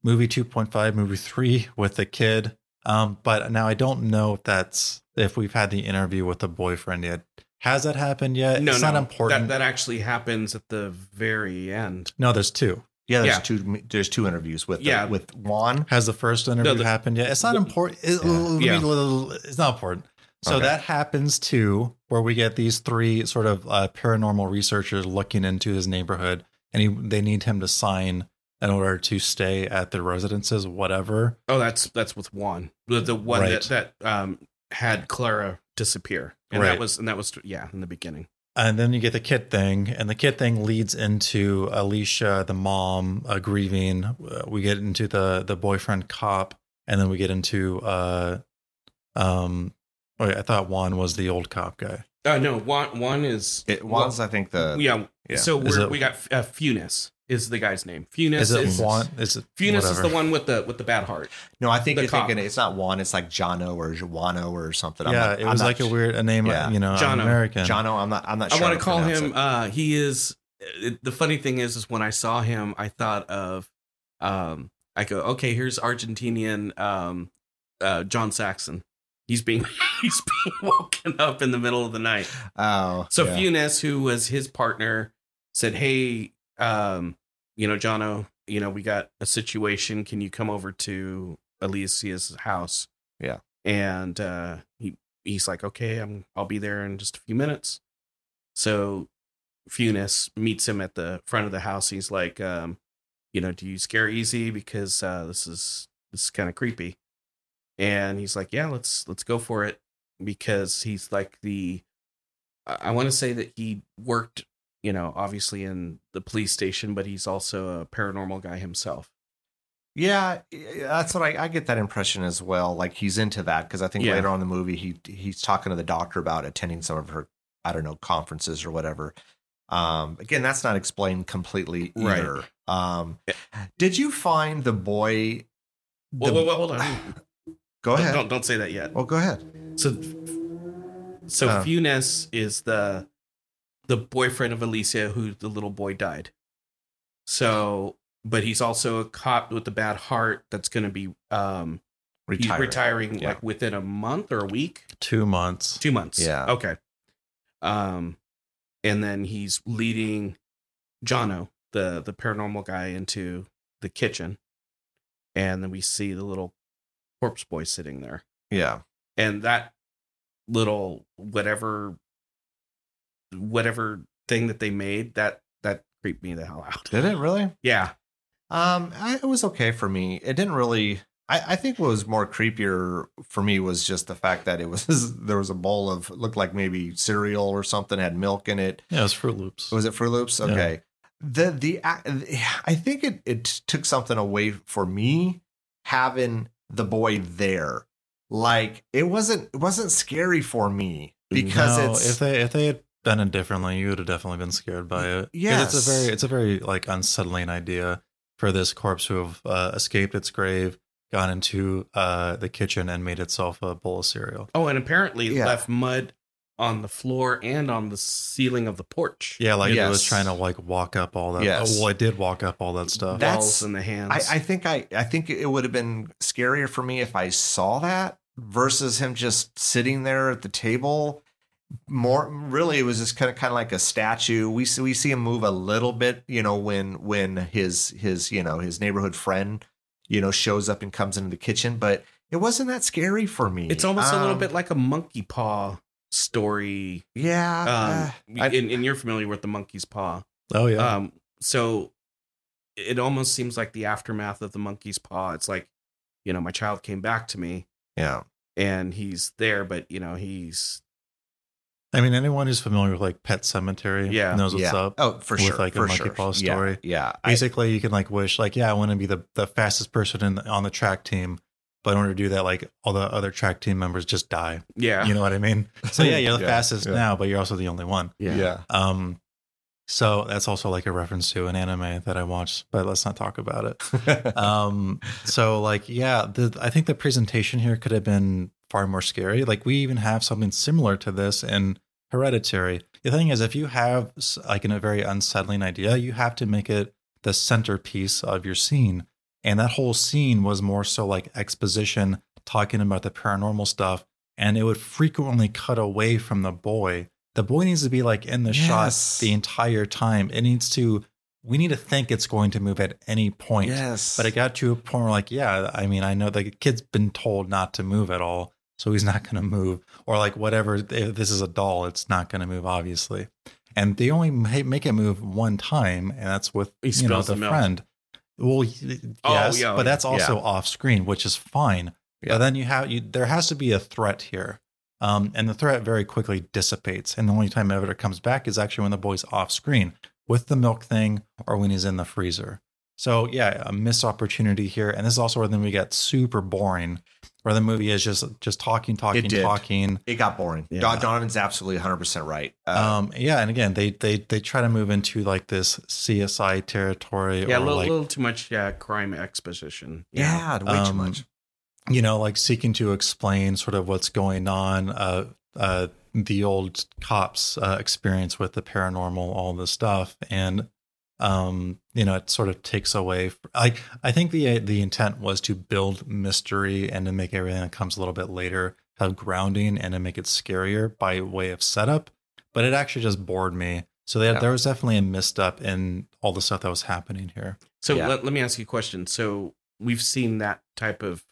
B: movie two point five, movie three with the kid. Um, but now I don't know if that's if we've had the interview with the boyfriend yet. Has that happened yet?
D: no,
B: uh, it's
D: no,
B: not important.
D: That, that actually happens at the very end.
B: no, there's two.
C: Yeah, there's
D: Yeah.
C: two there's two interviews with
D: Yeah.
C: yeah. with Juan.
B: Has the first interview
D: the-
B: happened yet? It's not
D: the-
B: important. It-
C: Yeah.
B: let me-
D: Yeah.
B: little- It's not important. So
C: Okay.
B: that happens too, where we get these three sort of uh, paranormal researchers looking into his neighborhood, and he, they need him to sign in order to stay at their residences, whatever.
D: Oh, that's that's with Juan, the, the one
B: Right.
D: that that um had Clara disappear, and that
B: Right.
D: was and that was yeah in the beginning.
B: And then you get the kid thing, and the kid thing leads into Alicia, the mom, uh, grieving. Uh, We get into the the boyfriend cop, and then we get into uh, um. Wait, I thought Juan was the old cop guy.
D: Uh, no, one one is
C: It, Juan's I think the
D: yeah,
C: yeah.
D: So
B: Is
D: we're,
B: it-
D: we got uh, Funes is the guy's name. Funes is,
B: Is it Juan? Is it
D: Funes is
B: whatever.
D: the one with the with the bad heart.
C: no, I think
D: the
C: you're
D: cop.
C: thinking it's not Juan, it's like Jono or Juano or something. I'm
B: yeah,
C: not-
B: it
C: I'm
B: was
C: not-
B: like a weird a name. uh,
C: Yeah.
B: You know,
D: Jono.
B: I'm American.
C: Jono. I'm not. I'm not.
D: I
C: sure
D: want
C: how
D: to call
C: pronounce
D: him.
C: it.
D: Uh, he is. it- the funny thing is, is when I saw him, I thought of. Um, I go okay. Here's Argentinian um, uh, John Saxon. He's being he's being woken up in the middle of the night.
C: oh,
D: So
C: yeah.
D: Funes, who was his partner, said, "Hey, um, you know, Jono, you know, we got a situation. Can you come over to Elisea's house?"
C: Yeah.
D: and uh, he he's like, "Okay, I'm I'll be there in just a few minutes." So Funes meets him at the front of the house. He's like, um, "You know, do you scare easy? Because uh, this is this is kind of creepy." And he's like, "Yeah, let's let's go for it," because he's like the I I want to say that he worked, you know, obviously in the police station, but he's also a paranormal guy himself.
C: Yeah, yeah, that's what I, I get that impression as well. Like he's into that because I think
D: Yeah.
C: later on in the movie he he's talking to the doctor about attending some of her I don't know conferences or whatever. Um, again, that's not explained completely
D: Right.
C: either. Um, did you find the boy?
D: Whoa,
C: the-
D: whoa, whoa, hold on.
C: Go
D: Don't-
C: ahead.
D: Don't don't say that yet.
C: Oh, go ahead.
D: So, so
C: Uh.
D: Funes is the the boyfriend of Alicia, who the little boy died. So, but he's also a cop with a bad heart that's going to be um he's
C: Retire.
D: retiring
C: Yeah.
D: like within a month or a week,
B: Two months.
D: two months.
C: Yeah.
D: Okay. Um, and then he's leading Jono, the the paranormal guy, into the kitchen, and then we see the little corpse boy sitting there
C: Yeah.
D: and that little whatever whatever thing that they made that that creeped me the hell out
C: Did it really?
D: yeah
C: Um, I, it was okay for me. It didn't really. I, I think what was more creepier for me was just the fact that it was there was a bowl of looked like maybe cereal or something had milk in it.
B: Yeah, it was Fruit Loops.
C: Was it Fruit Loops?
B: Yeah.
C: Okay. The the ac- I think it it took something away for me having the boy there. Like it wasn't it wasn't scary for me because
B: No,
C: it's
B: if they if they had done it differently, you would have definitely been scared by it. 'Cause
C: Yes.
B: it's a very it's a very like unsettling idea for this corpse who have uh, escaped its grave, gone into uh, the kitchen, and made itself a bowl of cereal.
D: oh and apparently
C: Yeah.
D: left mud on the floor and on the ceiling of the porch
B: Yeah, like it was
C: Yes.
B: trying to like walk up all that.
C: Yes.
B: Oh, well, it did walk up all that stuff.
C: That-
D: walls and the hands
C: I, I think I, I think it would have been scarier for me if I saw that versus him just sitting there at the table. More really, it was just kind of kind of like a statue. We see we see him move a little bit, you know, when when his his you know his neighborhood friend, you know, shows up and comes into the kitchen. But it wasn't that scary for me.
D: it's almost a little
C: Um,
D: bit like a monkey paw story
C: yeah.
D: um
C: uh, I-
D: and, and you're familiar with the monkey's paw
B: oh yeah.
C: uh,
D: um so it almost seems like the aftermath of the monkey's paw it's like you know my child came back to me
C: yeah.
D: and he's there, but you know he's
B: I mean, anyone who's familiar with like Pet Cemetery
D: Yeah.
B: knows what's
C: yeah.
B: up.
C: Oh, for
B: with,
C: sure.
B: like, a
C: for
B: monkey
C: sure.
B: paw
C: Yeah,
B: story.
C: Yeah. I-
B: Basically, you can like wish, like, yeah, I want to be the, the fastest person in, on the track team. But in order to do that, like all the other track team members just die.
D: yeah
B: You know what I mean? So yeah, you're the
C: Yeah,
B: fastest
C: yeah.
B: now, but you're also the only one.
C: yeah.
B: Um, so that's also like a reference to an anime that I watched, but let's not talk about it. um so like yeah the i think the presentation here could have been far more scary like we even have something similar to this in hereditary the thing is if you have s- like in a very unsettling idea you have to make it the centerpiece of your scene and that whole scene was more so like exposition talking about the paranormal stuff and it would frequently cut away from the boy the boy needs to be like in the
C: Yes.
B: shot the entire time it needs to we need to think it's going to move at any point
C: Yes.
B: but it got to a point where, like, yeah, I mean, I know the kid's been told not to move at all, so he's not going to move, or like whatever. If this is a doll; it's not going to move, obviously. And they only ma- make it move one time, and that's with
D: He
B: you know
D: spills
B: the
D: the milk.
B: friend. Well, y-
D: Oh,
B: yes,
D: yeah,
B: but that's
D: yeah.
B: also off screen, which is fine.
C: Yeah.
B: But then you have you there has to be a threat here. Um, and the threat very quickly dissipates. And the only time ever it comes back is actually when the boy's off screen with the milk thing or when he's in the freezer. So yeah, a missed opportunity here. And this is also where then we get super boring, where the movie is just just talking, talking,
C: did.
B: talking.
C: It got boring.
D: Yeah.
C: Don Donovan's absolutely 100% right. Uh,
B: um, yeah, and again, they they they try to move into like this CSI territory
D: yeah a
B: or
D: little,
B: like
D: little too much yeah crime exposition
C: yeah, way too
B: um,
C: much.
B: you know, like seeking to explain sort of what's going on, uh, uh, the old cops' uh, experience with the paranormal, all this stuff, and um, you know, it sort of takes away. Like, I think the the intent was to build mystery and to make everything that comes a little bit later have grounding and to make it scarier by way of setup. But it actually just bored me. So that
C: Yeah.
B: there was definitely a misstep in all the stuff that was happening here.
D: so
C: Yeah.
D: Let, let me ask you a question so we've seen that type of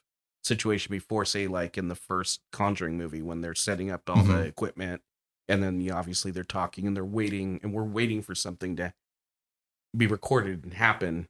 D: situation before say like in the first conjuring movie when they're setting up all the
B: Mhm.
D: equipment and then you know, obviously they're talking and they're waiting and we're waiting for something to be recorded and happen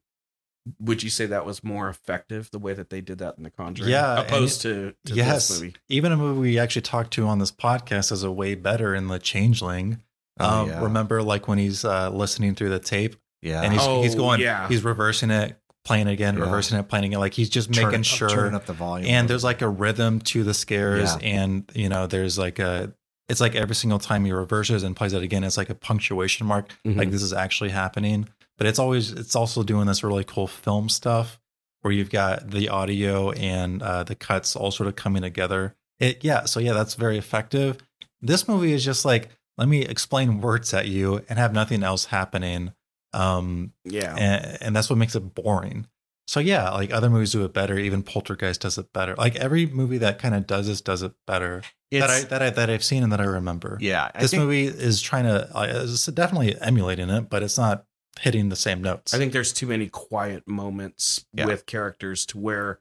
D: would you say that was more effective the way that they did that in the conjuring
B: Yeah, and
D: opposed to, to this
B: yes.
D: movie
B: Even a movie we actually talked to on this podcast is a way better in the changeling.
C: Oh,
B: um,
C: yeah.
B: Remember, like when he's uh, listening through the tape
C: yeah.
B: and he's
D: Oh,
B: he's going,
D: yeah.
B: he's reversing it, playing again,
C: Yeah.
B: reversing it, playing again. Like he's just
C: Turn
B: making
C: it up-
B: sure.
C: turn up the volume.
B: and there's like a rhythm to the scares,
C: Yeah.
B: and you know, there's like a. It's like every single time he reverses and plays it again, it's like a punctuation mark.
D: Mhm.
C: Mm-hmm.
B: Like this is actually happening, but it's always it's also doing this really cool film stuff where you've got the audio and uh, the cuts all sort of coming together. It yeah, so yeah, that's very effective. This movie is just like let me explain words at you and have nothing else happening. Um,
D: Yeah.
C: Oh.
B: and, and that's what makes it boring. So yeah, like other movies do it better. Even Poltergeist does it better. Like every movie that kind of does this does it better that I
D: It's-
B: that I that I've seen and that I remember.
C: Yeah, I
B: this
C: think-
B: movie is trying to uh, it's definitely emulating it, but it's not hitting the same notes.
D: I think there's too many quiet moments
C: Yeah.
D: with characters to where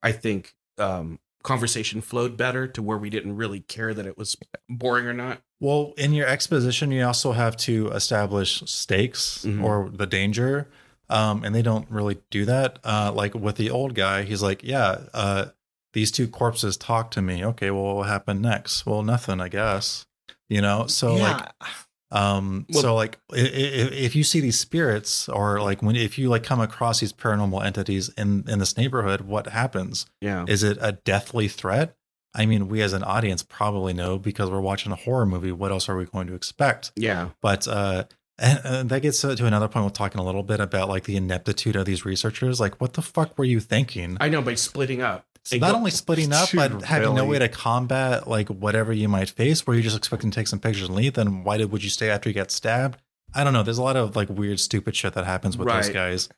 D: I think um, conversation flowed better to where we didn't really care that it was boring or not.
B: Well, in your exposition, you also have to establish stakes
D: Mhm.
B: or the danger, um, and they don't really do that. Uh, like with the old guy, he's like, "Yeah, uh, these two corpses talk to me. Okay, well, what happened next? Well, nothing, I guess. You know. So like, um,
D: Well-
B: so like if, if you see these spirits or like when if you like come across these paranormal entities in in this neighborhood, what happens?
D: Yeah.
B: Is it a deathly threat? I mean, we as an audience probably know because we're watching a horror movie. What else are we going to expect?
D: yeah.
B: But uh, and, and that gets to another point. We'll talking a little bit about like the ineptitude of these researchers. Like, what the fuck were you thinking?
D: I know by splitting up.
B: So not only splitting up,
C: Dude,
B: but having no
C: really?
B: way to combat like whatever you might face, where you're just expecting to take some pictures and leave. Then why did would you stay after you got stabbed? I don't know. There's a lot of like weird, stupid shit that happens with those
D: Right.
B: guys.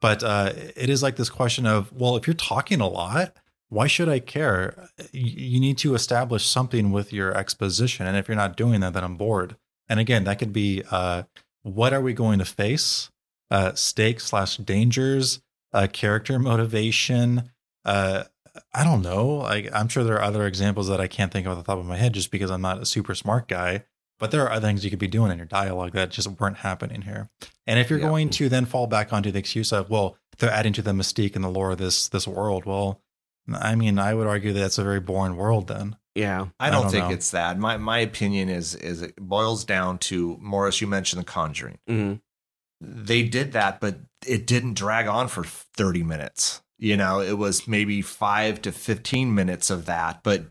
B: But uh, it is like this question of, well, if you're talking a lot, why should I care? Y- You need to establish something with your exposition, and if you're not doing that, then I'm bored. And again, that could be uh, what are we going to face, uh, stakes slash dangers, uh, character motivation. Uh, I don't know. I, I'm sure there are other examples that I can't think of off the top of my head just because I'm not a super smart guy. But there are other things you could be doing in your dialogue that just weren't happening here. And if you're
C: Yeah.
B: going to then fall back onto the excuse of, well, they're adding to the mystique and the lore of this this world. Well, I mean, I would argue that's a very boring world then.
D: Yeah.
C: I don't,
B: I don't
C: think
B: know.
C: it's that. My my opinion is is it boils down to Morris. You mentioned the Conjuring.
D: Mhm.
C: They did that, but it didn't drag on for thirty minutes. You know, it was maybe five to fifteen minutes of that. But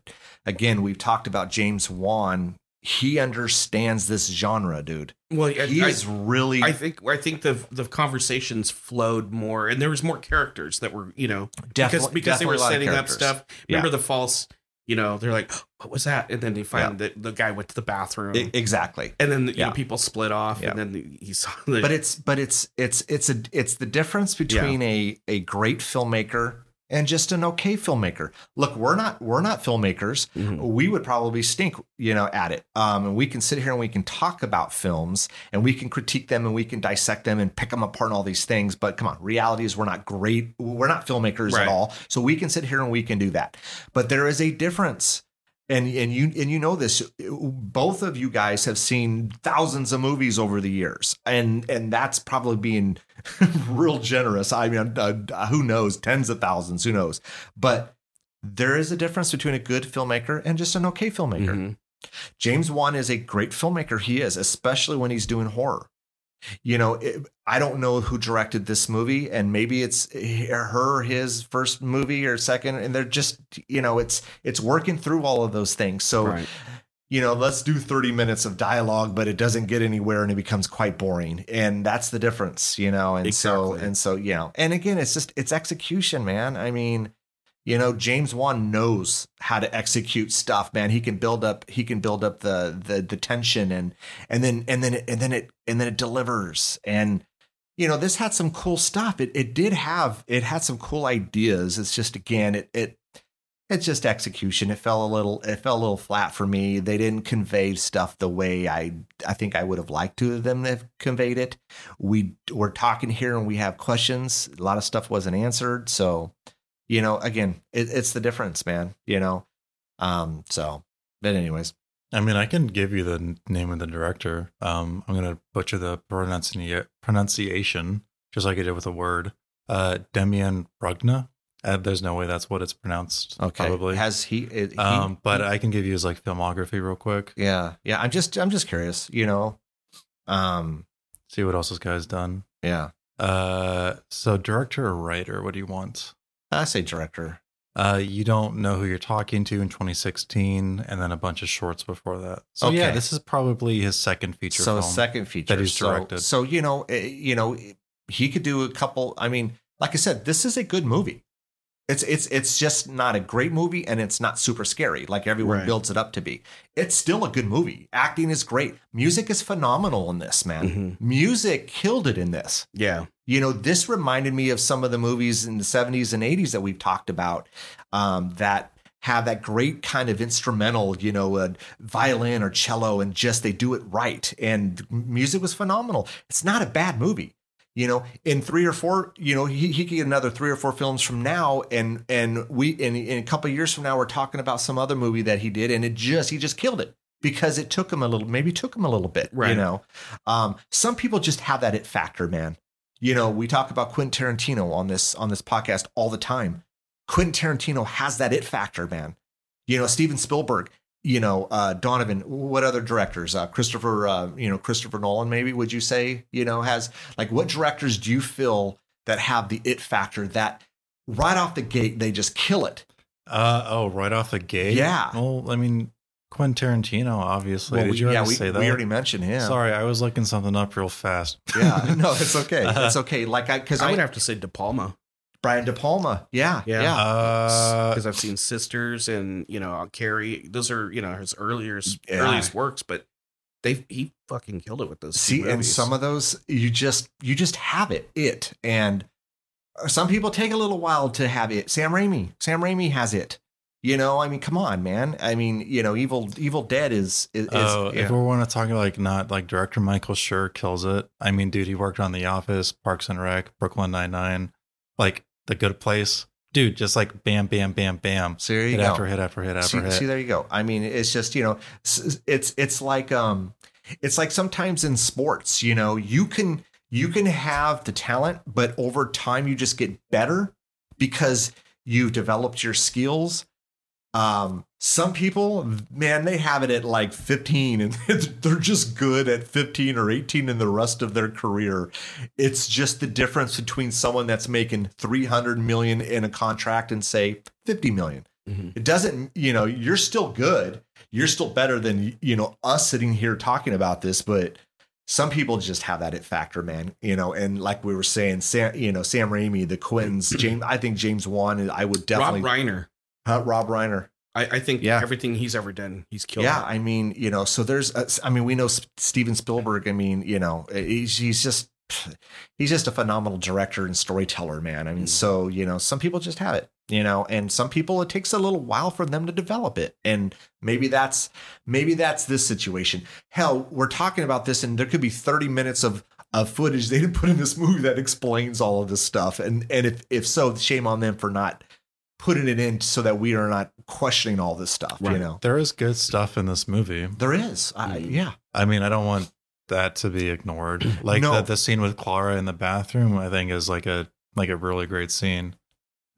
C: again, we've talked about James Wan. He understands this genre, dude.
D: Well, I,
C: He
D: I-
C: is really
D: I think I think the the conversations flowed more, and there was more characters that were you know because
C: definitely-
D: because
C: definitely
D: they were
C: a lot of
D: setting up
C: characters.
D: stuff. Remember the false, you know, they're like, what was that? And then they find that the guy went to the bathroom,
C: E- exactly.
D: and then you
C: yeah.
D: know, people split off,
C: Yeah.
D: and then he saw. The,
C: but it's but it's it's it's a it's the difference between a a great filmmaker and just an okay filmmaker. Look, we're not we're not filmmakers.
D: Mhm.
C: We would probably stink, you know, at it. Um, and we can sit here and we can talk about films and we can critique them and we can dissect them and pick them apart and all these things. But come on, reality is we're not great. We're not filmmakers
D: Right.
C: at all. So we can sit here and we can do that. But there is a difference and and you and you know this both of you guys have seen thousands of movies over the years and and that's probably being real generous i mean uh, who knows tens of thousands who knows but there is a difference between a good filmmaker and just an okay filmmaker
D: Mhm.
C: James Wan is a great filmmaker. He is, especially when he's doing horror. You know, it, I don't know who directed this movie, and maybe it's her, his first movie or second, and they're just, you know, it's it's working through all of those things. So,
D: Right.
C: you know, let's do thirty minutes of dialogue, but it doesn't get anywhere, and it becomes quite boring, and that's the difference, you know. And so,
D: Exactly.
C: and so, you know, and again, it's just it's execution, man. I mean, you know james wan knows how to execute stuff man he can build up he can build up the the, the tension and and then and then it, and then it and then it delivers and you know this had some cool stuff it it did have it had some cool ideas it's just again it it it's just execution it fell a little it fell a little flat for me they didn't convey stuff the way i i think i would have liked to have them have conveyed it we we're talking here and we have questions a lot of stuff wasn't answered so you know again it, it's the difference man you know um so but anyways
B: I mean, I can give you the n- name of the director. Um, I'm going to butcher the pronunci- pronunciation, just like I did with the word. Uh, Demian Brugna. Uh, there's no way that's what it's pronounced.
C: okay
B: Probably.
C: has he, it, he
B: um, but I can give you his like filmography real quick.
C: yeah yeah i'm just i'm just curious you know um
B: See what else this guy's done.
C: yeah
B: Uh, so director or writer? What do you want?
C: i say director
B: Uh, you don't know who you're talking to in 2016, and then a bunch of shorts before that. So yeah,
C: Okay.
B: this is probably his second feature.
C: so
B: film.
C: second feature
B: that he's
C: so,
B: directed.
C: so you know eh, you know he could do a couple i mean like I said, this is a good movie. It's it's it's just not a great movie and it's not super scary like everyone
D: Right.
C: builds it up to be. It's still a good movie. Acting is great. Music is phenomenal in this, man.
D: Mhm.
B: Mm-hmm.
C: Music killed it in this.
D: Yeah.
C: You know, this reminded me of some of the movies in the 70s and 80s that we've talked about um, that have that great kind of instrumental, you know, uh, violin or cello, and just they do it right. And the music was phenomenal. It's not a bad movie. You know, in three or four, you know, he, he could get another three or four films from now, and and we in, in a couple of years from now, we're talking about some other movie that he did, and it just he just killed it because it took him a little, maybe took him a little bit, you
D: Right.
C: know. Um, some people just have that it factor, man. You know, we talk about Quentin Tarantino on this on this podcast all the time. Quentin Tarantino has that it factor, man. You know, Steven Spielberg, you know, uh, Donovan, what other directors? Uh, Christopher, uh, you know, Christopher Nolan, maybe would you say, you know, has like what directors do you feel that have the it factor that right off the gate they just kill it?
B: Uh oh, right off the gate.
C: Yeah.
B: Well, I mean, Quentin Tarantino, obviously.
C: Well,
B: Did
C: we-
B: you already
C: yeah, we,
B: say that?
C: we already mentioned him.
B: Sorry, I was looking something up real fast.
C: Yeah, no, it's okay.
B: Uh,
C: It's okay. Like I, because
D: I
C: I,
D: would have to say De Palma
C: Brian De Palma. Yeah, yeah,
D: Yeah.
B: Uh,
D: because I've seen Sisters and you know Carrie. Those are you know his earlier
C: Yeah.
D: earliest works, but they he fucking killed it with those.
C: See, and some of those you just you just have it. It and some people take a little while to have it. Sam Raimi. Sam Raimi has it. You know, I mean, come on, man. I mean, you know, Evil Evil Dead is is, is
B: oh,
C: yeah.
B: if we want to talk like not like director Michael Schur kills it. I mean, dude, he worked on The Office, Parks and Rec, Brooklyn Nine Nine, like The Good Place. Dude, just like bam, bam, bam, bam.
C: So there you
B: Hit
C: go.
B: after hit after hit after
C: see,
B: hit.
C: see, there you go. I mean, it's just you know, s- it's it's like um, it's like sometimes in sports, you know, you can you can have the talent, but over time you just get better because you've developed your skills. Um, some people, man, they have it at like 15 and they're just good at 15 or 18 in the rest of their career. It's just the difference between someone that's making 300 million in a contract and say 50 million
D: Mm-hmm.
C: it doesn't you know you're still good you're still better than you know us sitting here talking about this but some people just have that it factor man you know and like we were saying sam you know sam raimi the quintins james i think james wan i would definitely
D: Rob Reiner.
C: Huh, rob reiner
D: I, I think
C: Yeah.
D: everything he's ever done, he's killed.
C: yeah
D: it.
C: i mean you know so there's uh, i mean we know S- steven spielberg i mean you know he's, he's just he's just a phenomenal director and storyteller man i mean
D: Mhm.
C: so you know some people just have it you know and some people it takes a little while for them to develop it and maybe that's maybe that's this situation hell we're talking about this and there could be 30 minutes of of footage they didn't put in this movie that explains all of this stuff and and if if so shame on them for not putting it in so that we are not questioning all this stuff you
D: Right.
C: know
B: there is good stuff in this movie.
C: there is. I,
D: Mhm.
C: yeah.
B: I mean, I don't want that to be ignored. Like
C: No.
B: the, the scene with Clara in the bathroom, I think is like a like a really great scene.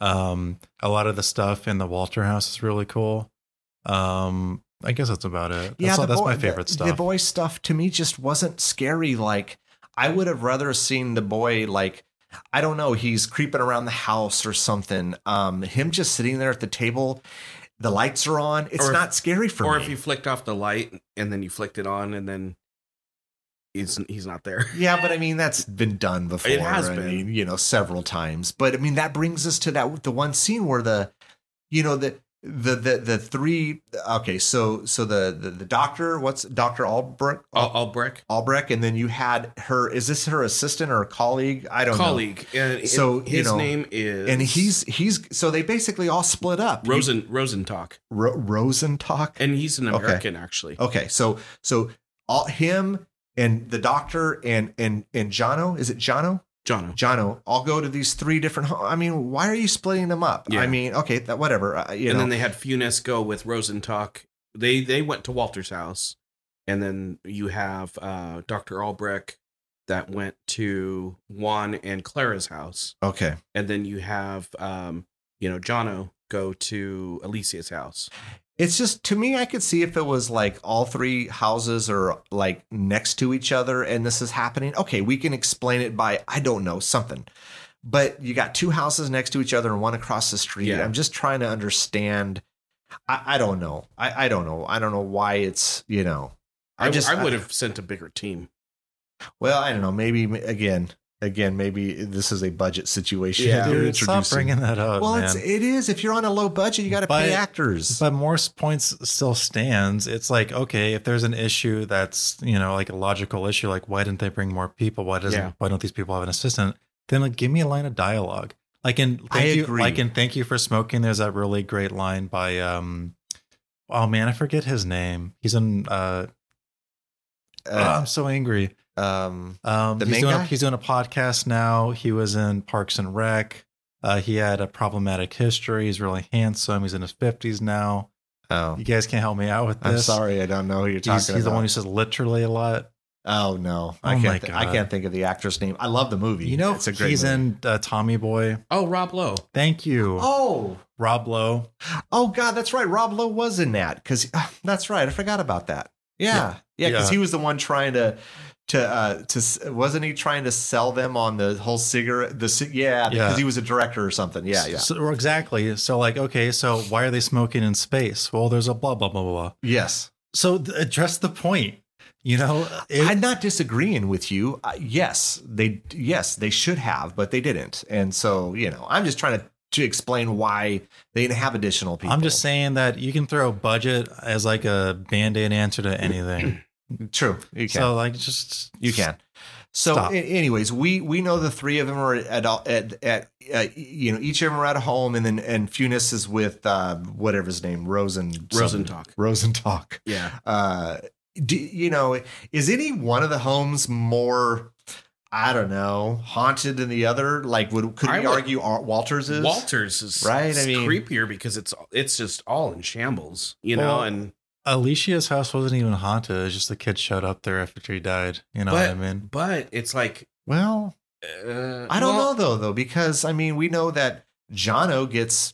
B: Um, a lot of the stuff in the Walter house is really cool. Um, I guess that's about it. That's,
C: yeah,
B: all-
C: the
B: that's
C: boy-
B: my favorite
C: the, The
B: stuff.
C: boy stuff to me just wasn't scary. Like I would have rather seen the boy like I don't know, he's creeping around the house or something. Um, him just sitting there at the table, the lights are on. It's
D: Or if-
C: not scary for
D: or
C: me.
D: if you flicked off the light and then you flicked it on and then he's he's not there.
C: yeah, but I mean that's been done before.
D: It has
C: I
D: been.
C: mean, you know, several times. But I mean that brings us to that the one scene where the you know the the the the three okay so so the the, the doctor what's Doctor Albrecht
D: Al- Albrecht
C: Albrecht, and then you had her. Is this her assistant or a colleague? I don't
D: colleague. And
C: So,
D: so
C: you
D: his
C: know,
D: name is
C: know. And he's he's so they basically all split up.
D: Rosen Rosentalk,
C: Ro- Rosen talk.
D: and he's an
C: Okay. Oh,
D: American actually.
C: Okay, so so all him and the doctor and and and Jono. Is it Jono?
D: Jono.
C: Jono. All go to these three different. ho- I mean, why are you splitting them up?
D: Yeah.
C: I mean, okay, that whatever. Uh, you
D: and
C: know.
D: then they had Funes go with Rosentalk. They they went to Walter's house, and then you have uh, Doctor Albrecht that went to Juan and Clara's house,
C: okay.
D: and then you have um, you know Jono go to Alicia's house.
C: It's just to me, I could see if it was like all three houses are like next to each other and this is happening. Okay, we can explain it by, I don't know, something. But you got two houses next to each other and one across the street.
D: Yeah.
C: I'm just trying to understand. I, I don't know. I, I don't know. I don't know why it's, you know,
D: I,
C: I just,
D: I would have sent a bigger team.
C: well, I don't know. Maybe again, again, maybe this is a budget situation.
D: Yeah.
C: that they're
B: Dude, stop
C: introducing.
B: bringing that up,
C: well,
B: man.
C: it's it is. If you're on a low budget, you got to
B: But-
C: pay actors.
B: but Morse points still stands. It's like, okay, if there's an issue that's, you know, like a logical issue, like why didn't they bring more people? Why doesn't
D: Yeah.
B: why don't these people have an assistant? Then like give me a line of dialogue. Like in thank
C: I
B: you
C: agree.
B: like in Thank You for Smoking, there's that really great line by um oh man, I forget his name. He's in uh, oh, I'm so angry.
C: uh, um,
B: Um
C: the
B: he's
C: main
B: doing, a,
C: guy?
B: he's doing a podcast now. He was in Parks and Rec. Uh, he had a problematic history. He's really handsome. He's in his fifties now.
C: oh,
B: You guys can't help me out with this.
C: I'm sorry, I don't know who you're talking
B: He's,
C: about.
B: he's the one who says literally a lot.
C: oh no, I
B: Oh,
C: can't.
B: my
C: thi- I
B: God.
C: can't think of the actress name. I love the movie.
B: You know,
C: it's a great.
B: he's
C: movie.
B: in uh, Tommy Boy.
D: Oh, Rob Lowe.
B: Thank you,
C: Oh,
B: Rob Lowe.
C: oh God, that's right. Rob Lowe was in that because that's right. I forgot about that. Yeah, yeah, because
B: Yeah.
C: he was the one trying to to uh to s- wasn't he trying to sell them on the whole cigarette the ci- yeah because
B: Yeah.
C: he was a director or something. Yeah, yeah,
B: So, exactly. So, like, okay, so why are they smoking in space? Well, there's a blah blah blah blah. blah.
C: yes.
B: So th- address the point. You know, it-
C: I'm not disagreeing with you. Uh, yes, they yes they should have, but they didn't. And so you know, I'm just trying to to explain why they didn't have additional people.
B: I'm just saying that you can throw budget as like a band aid answer to anything.
C: true. You can
B: So, like, just
C: you can. So,
B: Stop.
C: a- anyways, we we know the three of them are at all- at, at uh, you know each of them are at a home, and then and Funis is with uh, whatever his name Rosen
D: Rosentalk.
C: Rosentalk.
D: Yeah.
C: Uh, do, you know, is any one of the homes more? I don't know, haunted than the other. Like, would could
D: I
C: we
D: would-
C: argue Ar- Walters is?
D: Walters is
C: Right, I
D: is
C: mean-
D: creepier because it's it's just all in shambles, you know.
B: Well,
D: and
B: Alicia's house wasn't even haunted. It's just the kid showed up there after he died. You know
D: but
B: what I mean?
D: but it's like
C: Well,
D: uh,
C: I don't
D: well,
C: know though, though, because I mean, we know that Jono gets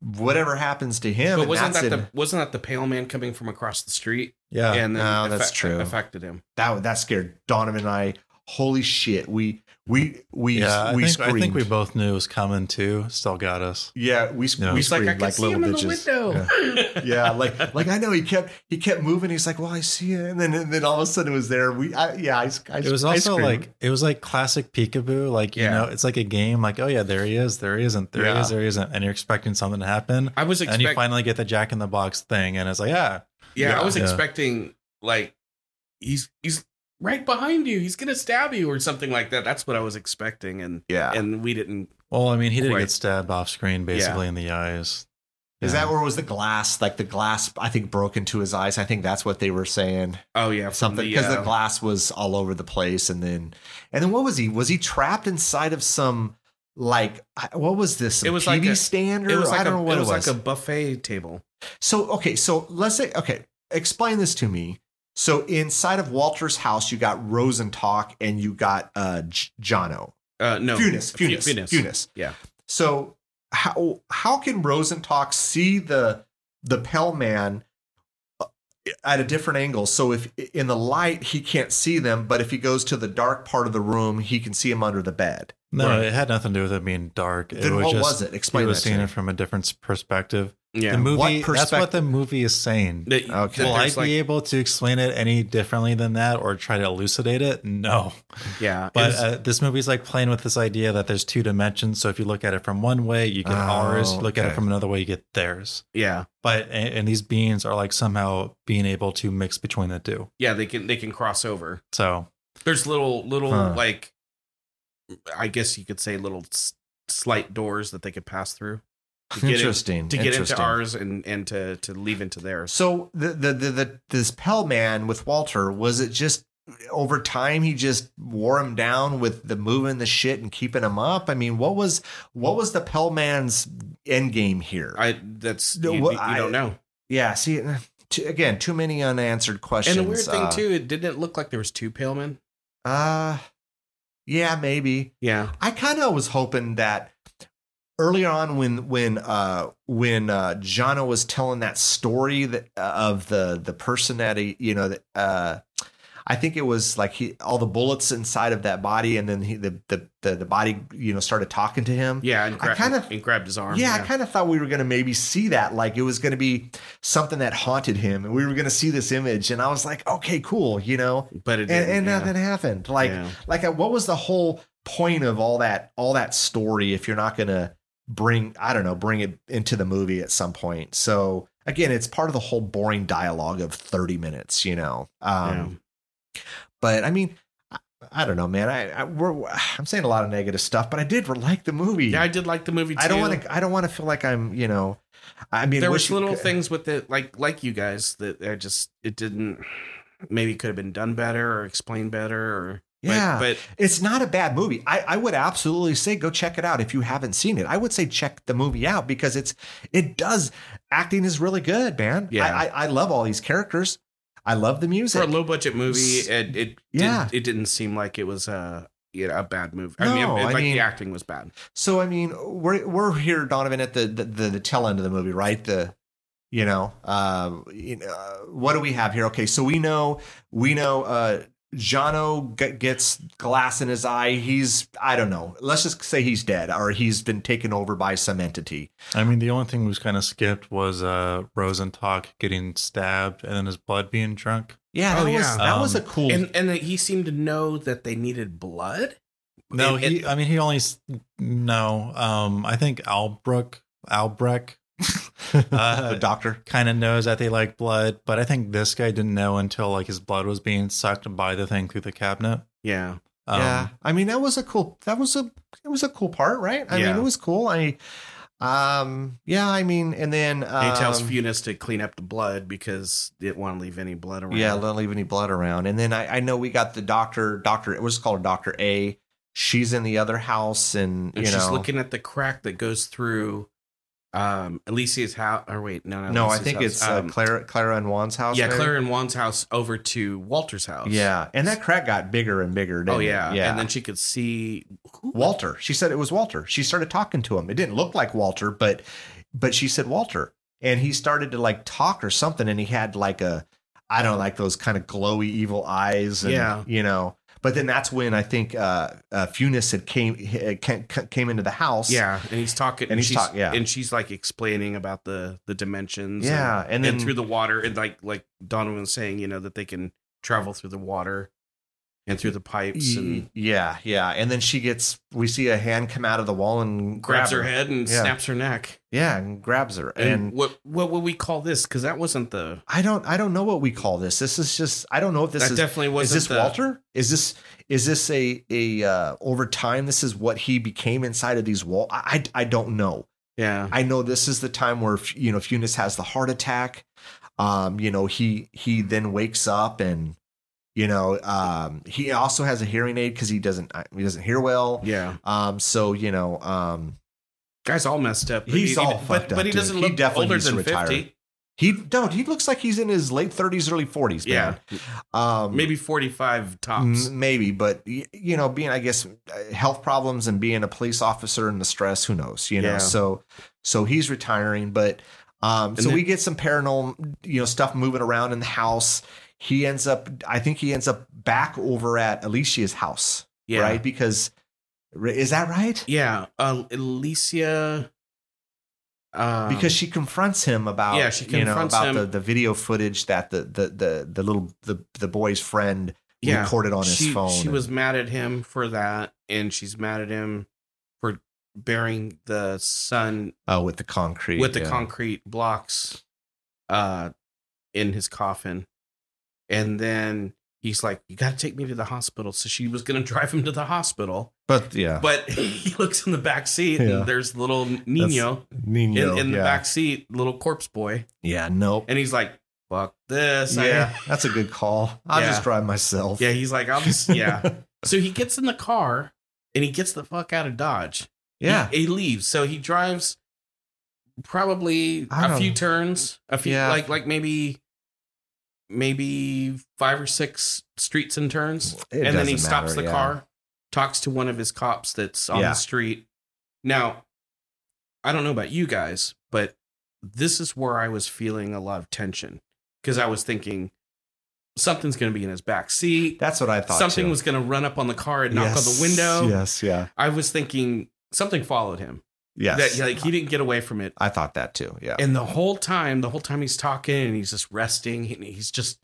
C: whatever happens to him.
D: But
C: and
D: wasn't
C: that's
D: that
C: it.
D: the wasn't that the pale man coming from across the street?
B: Yeah.
D: and then
C: no, that's
D: affect-
C: true.
D: affected him.
C: that that scared Donovan and I. Holy shit, we we we
B: yeah,
C: we
B: I, think, I
C: screamed.
B: think we both knew it was coming too. Still got us.
C: yeah, we sc-
B: Yeah.
C: we
D: He's like, I
C: screamed
D: can
C: like
D: see
C: little
D: him
C: bitches.
D: in the window.
C: Yeah, like like I know he kept he kept moving. He's like, well, I see it, and then and then all of a sudden it was there. We I, yeah, I, I
B: It was
C: I
B: also
C: screamed.
B: like it was like classic peekaboo. Like you
D: Yeah.
B: know, it's like a game. Like oh yeah, there he is, there he isn't, there
C: Yeah.
B: he is, there he isn't, and you're expecting something to happen,
D: I was
B: and you
D: expecting.
B: finally get the Jack in the Box thing, and it's like yeah,
D: Yeah, I was
B: Yeah.
D: expecting like he's he's right behind you. He's gonna stab you or something like that. That's what I was expecting, and
C: yeah.
D: and we didn't.
B: well, I mean, he did
D: Right.
B: get stabbed off screen, basically in the eyes.
C: Is
B: Yeah.
C: that where was the glass? Like the glass, I think broke into his eyes. I think that's what they were saying.
D: Oh yeah, from
C: something because
D: uh,
C: the glass was all over the place and then and then what was he was he trapped inside of some like I- what was this
D: It
C: it
D: was
C: was
D: like
C: TV
D: a-
C: stand or
D: it was like
C: I don't
D: a,
C: know what
D: it was like a buffet table.
C: so okay so let's say okay explain this to me so inside of Walter's house you got Rosentalk and you got uh J- Jono
D: Uh, no,
C: Funis
D: Fu-
C: Funis Funis,
D: Yeah.
C: so how how can Rosentalk see the the Pell Man uh, at a different angle? So if in the light he can't see them, but if he goes to the dark part of the room, he can see him under the bed.
B: No,
D: Right.
B: it had nothing to do with it being dark. it
C: then
B: was
C: what
B: just
C: was it?
B: he
C: Explain
B: was
C: that.
B: seeing
C: To
B: it
C: me.
B: from a different s- perspective.
D: Yeah,
B: The movie.
C: What
B: That's
C: perspec-
B: what the movie is saying.
D: That-
C: Okay.
D: that
B: Will I be
D: there's, like-
B: able to explain it any differently than that, or try to elucidate it? No.
D: yeah,
B: But
D: it's-
B: uh, this movie's like playing with this idea that there's two dimensions. So if you look at it from one way, you get
C: Oh,
B: ours. You look at
C: okay.
B: it from another way, you get theirs.
D: yeah,
B: But and, and these beings are like somehow being able to mix between the two.
D: yeah. They can they can cross over.
B: So
D: There's little little
C: Huh.
D: like, I guess you could say little s- slight doors that they could pass through to get in-
C: Interesting.
D: to get into
C: interesting.
D: ours and and to to leave into theirs.
C: So the, the the the this Pell Man with Walter was it just over time he just wore him down with the moving the shit and keeping him up? I mean, what was what was the Pell Man's end game here?
D: I that's
C: No,
D: you,
C: what
D: you
C: I-
D: don't know.
C: Yeah, see, eh, t- again, too many unanswered questions.
D: And the weird thing
C: uh,
D: too, it didn't look like there was two pale men.
C: Uh, yeah, maybe.
D: Yeah,
C: I kind of was hoping that earlier on when when uh when uh Jono was telling that story that uh, of the the person that he you know that uh I think it was like he all the bullets inside of that body and then he the the the, the body you know started talking to him.
D: yeah, and,
C: I
D: gra-
C: kinda-
D: and grabbed his arm.
C: Yeah, I kind of thought we were going to maybe see that. Like it was going to be something that haunted him, and we were going to see this image. And I was like, okay, cool, you know.
D: but it
C: And, and
D: didn't, yeah.
C: nothing happened. Like,
D: Yeah.
C: like uh, what was the whole point of all that all that story if you're not going to bring I don't know bring it into the movie at some point. So again, it's part of the whole boring dialogue of 30 minutes, you know. Um but I mean I, I don't know, man. I, I we're, I'm saying a lot of negative stuff, but I did like the movie.
D: Yeah, I did like the movie. Too.
C: I don't want to. I don't want to feel like I'm. You know, I mean,
D: there
C: wish
D: was
C: you
D: little
C: could-
D: things with it, like like you guys, that I just it didn't. Maybe could have been done better or explained better. Or, but-
C: Yeah.
D: but,
C: It's not a bad movie. I, I would absolutely say go check it out if you haven't seen it. I would say check the movie out because it's it does acting is really good, man.
D: Yeah.
C: I, I, I love all these characters. I love the music.
D: for a low budget movie,
C: S-
D: it it
C: Yeah.
D: didn't, it didn't seem like it was a you know, a bad movie. I
C: No,
D: mean, it-
C: I
D: like
C: mean-
D: the acting was bad.
C: so I mean, we're we're here, Donovan, at the the, the, the tail end of the movie, right? The you know, uh, you know, uh, what do we have here? Okay, so we know we know uh Jono g- gets glass in his eye. He's I don't know. Let's just say he's dead or he's been taken over by some entity.
B: I mean, the only thing was kind of skipped was uh, Rosentalk getting stabbed and then his blood being drunk.
C: Yeah, that was
D: Oh, yeah.
C: that was a
B: Um,
C: cool.
D: And and he seemed to know that they needed blood.
B: No,
D: And-
B: he.
D: and-
B: I mean, he only. s- No, um, I think Albrook, Albrecht, uh,
C: the doctor.
B: kind of knows that they like blood, but I think this guy didn't know until like his blood was being sucked by the thing through the cabinet.
D: yeah,
B: Um,
C: yeah, I mean that was a cool. That was a it was a cool part, right? I mean
D: Yeah.
C: it was cool. I, um, yeah, I mean, and then um,
D: And he tells Funes to clean up the blood because they didn't want to leave any blood around.
C: Yeah, don't leave any blood around. And then I, I know we got the doctor. Doctor, it was called Doctor A. She's in the other house, and,
D: and
C: you
D: she's
C: know,
D: looking at the crack that goes through um Alicia's house. Or wait, no, no,
C: no, I
D: Alicia's
C: think
D: house.
C: it's uh,
D: Um,
C: Clara, Clara and Juan's house.
D: yeah,
C: maybe?
D: Claire and Juan's house over to Walter's house.
C: Yeah, and that crack got bigger and bigger. Didn't
D: Oh yeah.
C: it? yeah.
D: and then she could see who-
C: Walter. She said it was Walter. She started talking to him. It didn't look like Walter, but but she said Walter. And he started to like talk or something and he had like a I don't know, like those kind of glowy evil eyes and
D: Yeah.
C: you know. But then that's when I think uh, uh Funis had came had ca- ca- came into the house.
D: Yeah, and he's talking,
C: And he's
D: she's-
C: talk- yeah.
D: and she's like explaining about the the dimensions.
C: Yeah, and,
D: and,
C: then
D: and through the water, and like like Donovan was saying, you know that they can travel through the water and through the pipes, and
C: yeah, yeah, and then she gets. We see a hand come out of the wall and
D: grabs
C: grab
D: her head and
C: Yeah.
D: snaps her neck.
C: Yeah, and grabs her.
D: And,
C: And,
D: what what would we call this? Because that wasn't the
C: I don't, I don't know what we call this. This is just, I don't know if this
D: that
C: is.
D: definitely wasn't uh,
C: is this
D: the-
C: Walter? Is this is this a a uh, over time? This is what he became inside of these walls. I, I I don't know.
D: Yeah,
C: I know this is the time where you know Funis has the heart attack. Um, you know he he then wakes up and you know um he also has a hearing aid because he doesn't uh, he doesn't hear well.
D: yeah.
C: Um, so you know um
D: Guy's all messed up. but
C: He's
D: he-
C: all
D: but,
C: fucked up,
D: but he
C: dude.
D: doesn't
C: He
D: look
C: definitely
D: older
C: needs to
D: than
C: retire.
D: fifty.
C: he don't he looks like he's in his late thirties early forties.
D: Yeah,
C: um,
D: maybe forty five tops.
C: M- Maybe, but y- you know, being I guess uh, health problems and being a police officer and the stress, who knows? You know,
D: Yeah.
C: so so he's retiring, but um,
D: And
C: so
D: then-
C: we get some paranormal, you know, stuff moving around in the house. He ends up, I think he ends up back over at Alicia's house,
D: Yeah,
C: right? Because is that right?
D: yeah. Uh, Alicia. Um,
C: because she confronts him about
D: Yeah, she
C: you know
D: confronts
C: about
D: him.
C: the, the video footage that the the the, the little the, the boy's friend
D: yeah.
C: recorded on his
D: she,
C: phone.
D: She
C: and-
D: was mad at him for that, and she's mad at him for burying the son
C: uh, with the concrete
D: with the
C: yeah.
D: concrete blocks uh in his coffin. And then he's like, You gotta take me to the hospital. So she was gonna drive him to the hospital.
C: But yeah,
D: But he looks in the back seat
C: Yeah.
D: and there's little Nino in,
C: Nino,
D: in the
C: yeah.
D: back seat, little corpse boy.
C: Yeah, nope.
D: And he's like, Fuck this. I-
C: yeah, that's a good call. I'll
D: Yeah.
C: just drive myself.
D: yeah, he's like, I'll just yeah. So he gets in the car and he gets the fuck out of Dodge.
C: yeah.
D: He, he leaves. So he drives probably
C: I
D: a
C: don't-
D: few turns, a few
C: Yeah.
D: like like maybe maybe five or six streets and turns.
C: It
D: and then he
C: doesn't
D: stops
C: matter,
D: the
C: yeah.
D: car, talks to one of his cops that's on
C: Yeah.
D: the street. Now, I don't know about you guys, but this is where I was feeling a lot of tension because I was thinking something's going to be in his back seat
C: That's what I thought.
D: something
C: too.
D: was going to run up on the car and knock
C: Yes,
D: on the window.
C: Yes, yeah,
D: I was thinking something followed him.
C: yes.
D: That like he didn't get away from it.
C: I thought that too. Yeah,
D: And the whole time, the whole time he's talking and he's just resting and he's just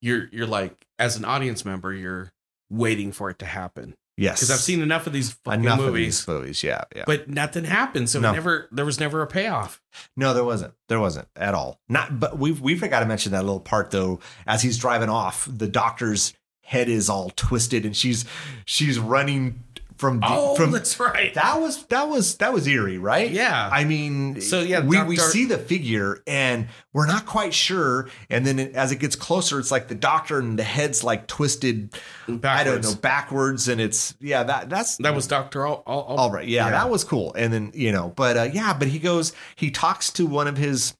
D: you're you're like as an audience member, you're waiting for it to happen.
C: Yes,
D: because I've seen enough of these fucking
C: enough
D: movies,
C: of these movies. Yeah, yeah.
D: but nothing happened. So
C: No.
D: it never there was never a payoff.
C: No, there wasn't. There wasn't at all. Not, but we we forgot to mention that little part though. As he's driving off, the doctor's head is all twisted, and she's she's running from the-
D: Oh,
C: from
D: that's right.
C: that was that was that was eerie, right?
D: Yeah.
C: I mean,
D: So, yeah,
C: we we
D: Doctor-
C: see the figure and we're not quite sure, and then it- as it gets closer, it's like the doctor and the head's like twisted. I don't
D: Backwards.
C: know backwards, and it's yeah that that's
D: That was Doctor All. All,
C: all right yeah, that was cool and then you know but uh, yeah but he goes he talks to one of his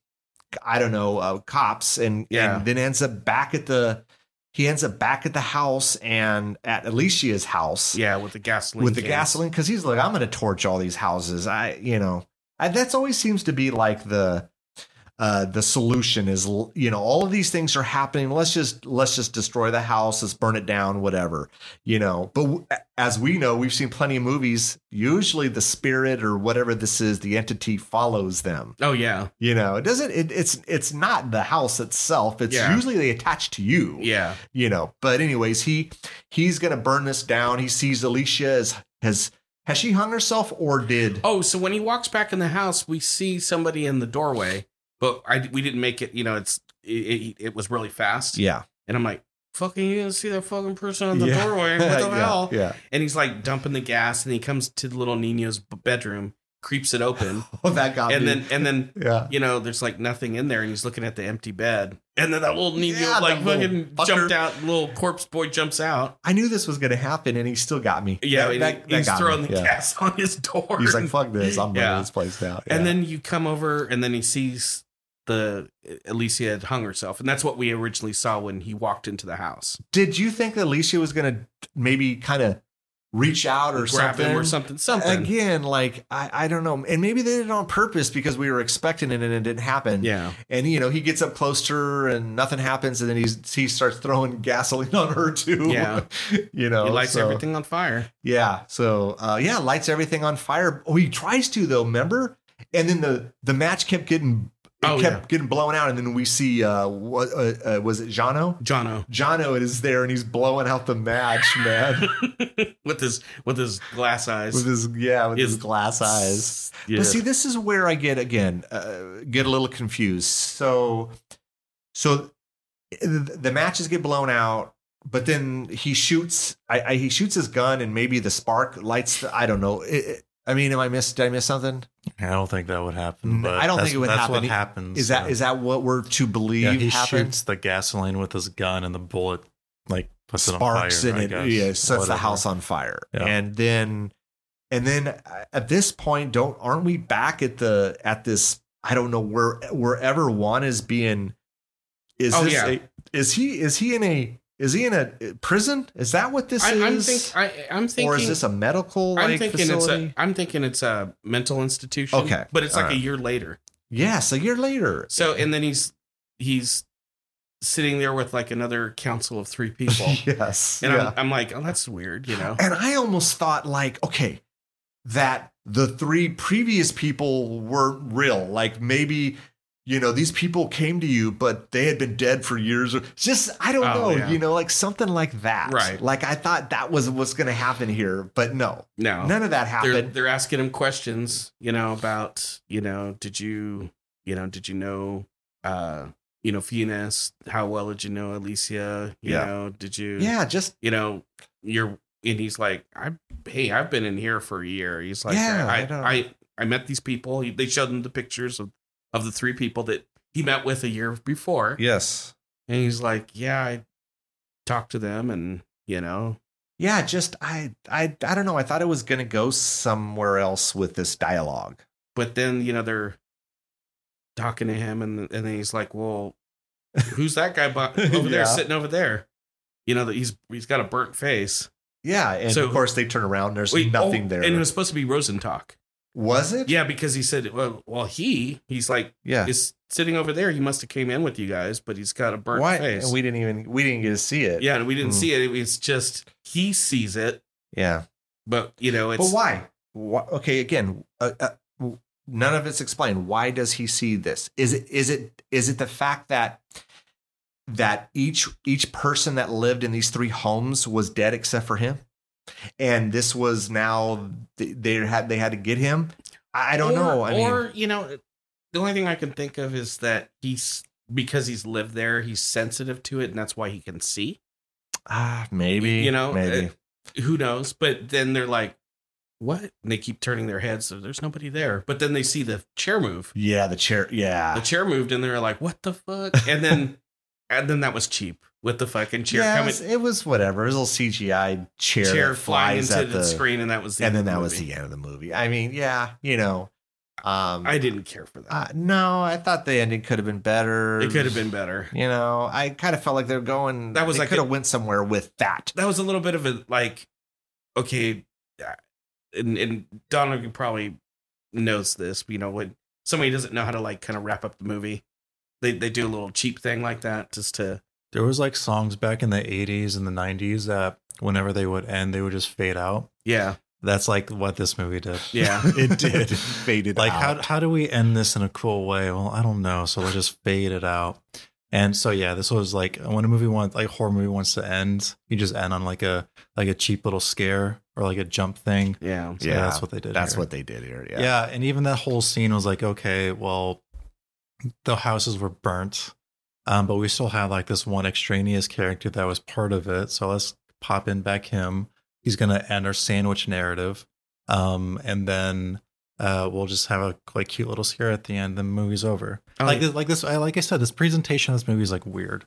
C: i don't know uh, cops and
D: Yeah.
C: and then ends up back at the he ends up back at the house and at alicia's house
D: yeah with the gasoline
C: with the
D: cans.
C: gasoline because he's like i'm gonna torch all these houses i you know I, that's always seems to be like the uh the solution is l- you know all of these things are happening let's just let's just destroy the house let's burn it down whatever you know but w- as we know we've seen plenty of movies usually the spirit or whatever this is the entity follows them
D: Oh yeah,
C: you know it doesn't it, it's it's not the house itself it's
D: Yeah.
C: usually they attach to you
D: yeah.
C: you know but anyways he he's gonna burn this down he sees alicia as has has she hung herself or did
D: Oh, so when he walks back in the house, we see somebody in the doorway, but I we didn't make it. You know, it's it, it, it was really fast,
C: yeah
D: and I'm like, "Fucking, you didn't see that fucking person in the
C: Yeah.
D: doorway? What the
C: yeah,
D: hell?"
C: yeah
D: And he's like dumping the gas, and he comes to the little Nino's b- bedroom, creeps it open,
C: oh that got
D: and
C: me.
D: then and then
C: yeah
D: you know, there's like nothing in there, and he's looking at the empty bed, and then that little Nino
C: Yeah,
D: like
C: that little
D: fucking
C: fucker.
D: jumped out, little corpse boy jumps out.
C: i knew this was gonna happen and he still got me
D: Yeah,
C: That-
D: and
C: that-
D: he-
C: that
D: he's
C: got me.
D: throwing the
C: Yeah.
D: gas on his door.
C: he's like fuck this i'm
D: Yeah.
C: burning this place down
D: And
C: Yeah.
D: then you come over, and then he sees the uh, Alicia had hung herself, and that's what we originally saw when he walked into the house.
C: did you think that alicia was gonna maybe kind of reach out or
D: Grab
C: something
D: him or something, something.
C: Again, like I, I don't know, and maybe they did it on purpose because we were expecting it and it didn't happen.
D: Yeah,
C: and you know he gets up close to her and nothing happens and then he's he starts throwing gasoline on her too
D: Yeah.
C: you know
D: he lights
C: Oh, so-
D: everything on fire.
C: yeah so uh yeah lights everything on fire oh he tries to though remember and then the the match kept getting it
D: Oh,
C: kept getting blown out and then we see uh what uh, uh, was it jono
D: Jono
C: jono is there and he's blowing out the match man
D: with his with his glass eyes.
C: with his yeah with his
D: His-
C: glass eyes
D: Yeah.
C: But see, this is where I get again uh, get a little confused. So, so th- the matches get blown out, but then he shoots. I, I he shoots his gun, and maybe the spark lights. The, I don't know. It, it- I mean, am I miss? Did I miss something?
B: I don't think that would happen.
C: No,
B: But
C: I don't
B: that's-
C: think it would
B: that's
C: happen. e-,
B: What happens uh,
C: Is that is that what we're to believe
B: Yeah, he
C: happens?
B: shoots the gasoline with his gun, and the bullet like puts
C: Sparks
B: it on fire.
C: in
B: I
C: it,
B: guess.
C: yeah, sets the
B: Whatever.
C: house on fire,
B: Yeah.
C: and then and then uh, at this point, don't aren't we back at the at this? I don't know where wherever Juan is being. Is
D: Oh,
C: this
D: yeah.
C: a, is he is he in a is he in a uh, prison? Is that what this
D: I, I'm
C: is?
D: think I, I'm thinking.
C: or is this a medical like
D: I'm thinking
C: facility?
D: it's a. I'm thinking it's a mental institution.
C: Okay.
D: but it's like
C: Alright.
D: a year later.
C: yes, a year later.
D: So and then he's he's sitting there with like another council of three people.
C: yes,
D: And
C: yeah.
D: I'm, I'm like, oh, that's weird, you know?
C: And I almost thought like, okay, that the three previous people weren't real. Like maybe, you know, these people came to you, but they had been dead for years. Or just I don't know,
D: Oh, yeah.
C: you know, like something like that.
D: Right.
C: Like I thought that was what's gonna happen here, but no.
D: No,
C: None of that
D: they're
C: happened.
D: they're asking him questions, you know, about you know, did you you know, did you know, uh, you know, Venus? How well did you know Alicia? You
C: Yeah.
D: know, did you?
C: yeah, just
D: you know, you're. And he's like, I hey, I've been in here for a year. He's like,
C: Yeah, I
D: I,
C: don't-
D: I, I met these people. He, they showed him the pictures of of the three people that he met with a year before,
C: Yes.
D: and he's like, yeah, I talked to them, and you know,
C: Yeah, just I I I don't know. I thought it was gonna go somewhere else with this dialogue.
D: but then you know they're talking to him and and then he's like well who's that guy bu-
C: Yeah.
D: over there sitting over there you know that he's he's got a burnt face
C: Yeah, and
D: So-
C: of course they turn around. There's
D: Wait,
C: nothing
D: oh,
C: there.
D: and it was supposed to be rosentalk
C: was it?
D: yeah because he said well, well he he's like
C: yeah.
D: is sitting over there he must have came in with you guys but he's got a burnt
C: Why?
D: face
C: And we didn't even we didn't get to see it.
D: yeah and we didn't
C: Hmm.
D: see it it's just he sees it
C: yeah.
D: but you know it's
C: but why? why? Okay, again, uh, uh, w- none of it's explained. Why does he see this? Is it is it is it the fact that that each each person that lived in these three homes was dead except for him? and this was now th- they had they had to get him. I I don't
D: or,
C: know. I mean,
D: or you know, the only thing I can think of is that he's because he's lived there, he's sensitive to it, and that's why he can see.
C: ah, maybe
D: you know,
C: maybe.
D: uh, who knows? But then they're like, "What?" And they keep turning their heads. So there's nobody there. But then they see the chair move.
C: yeah, the chair.
D: The
C: Yeah,
D: chair moved, and they're like, "What the fuck?" And then, and then that was cheap with the fucking chair
C: yeah, it
D: coming,
C: was, it was whatever. It was a little CGI chair,
D: chair,
C: that
D: flying
C: flies
D: into
C: at
D: the, screen, and that was the
C: and
D: end
C: then that
D: of
C: was
D: movie.
C: the end of the movie. I mean, yeah, you know. Um,
D: I didn't care for that.
C: uh, no, I thought the ending could have been better.
D: it could have been better.
C: You know, I kind of felt like they're going.
D: That was
C: they
D: like
C: could
D: a-
C: have went somewhere with that.
D: that was a little bit of a like okay uh, and and Donovan probably knows this you know when somebody doesn't know how to like kind of wrap up the movie they they do a little cheap thing like that just to
B: There was like songs back in the 80s and the 90s that whenever they would end, they would just fade out.
D: yeah
B: That's like what this movie did.
D: yeah
B: It did.
C: faded
B: like
C: out.
B: how how do we end this in a cool way? Well, I don't know, so we'll just fade it out. And so yeah, this was like when a movie wants like horror movie wants to end, you just end on like a like a cheap little scare or like a jump thing.
D: yeah
B: So
C: Yeah,
B: that's what they did.
C: That's
B: here.
C: what they did here.
B: Yeah.
C: Yeah.
B: and even that whole scene was like, okay, well, the houses were burnt, um, but we still had like this one extraneous character that was part of it. So let's pop in back him. He's gonna end our sandwich narrative, um, and then uh, we'll just have a like cute little scare at the end. The movie's over.
D: I
B: Like
D: like
B: this, like this, I, like I said, this presentation of this movie is like weird.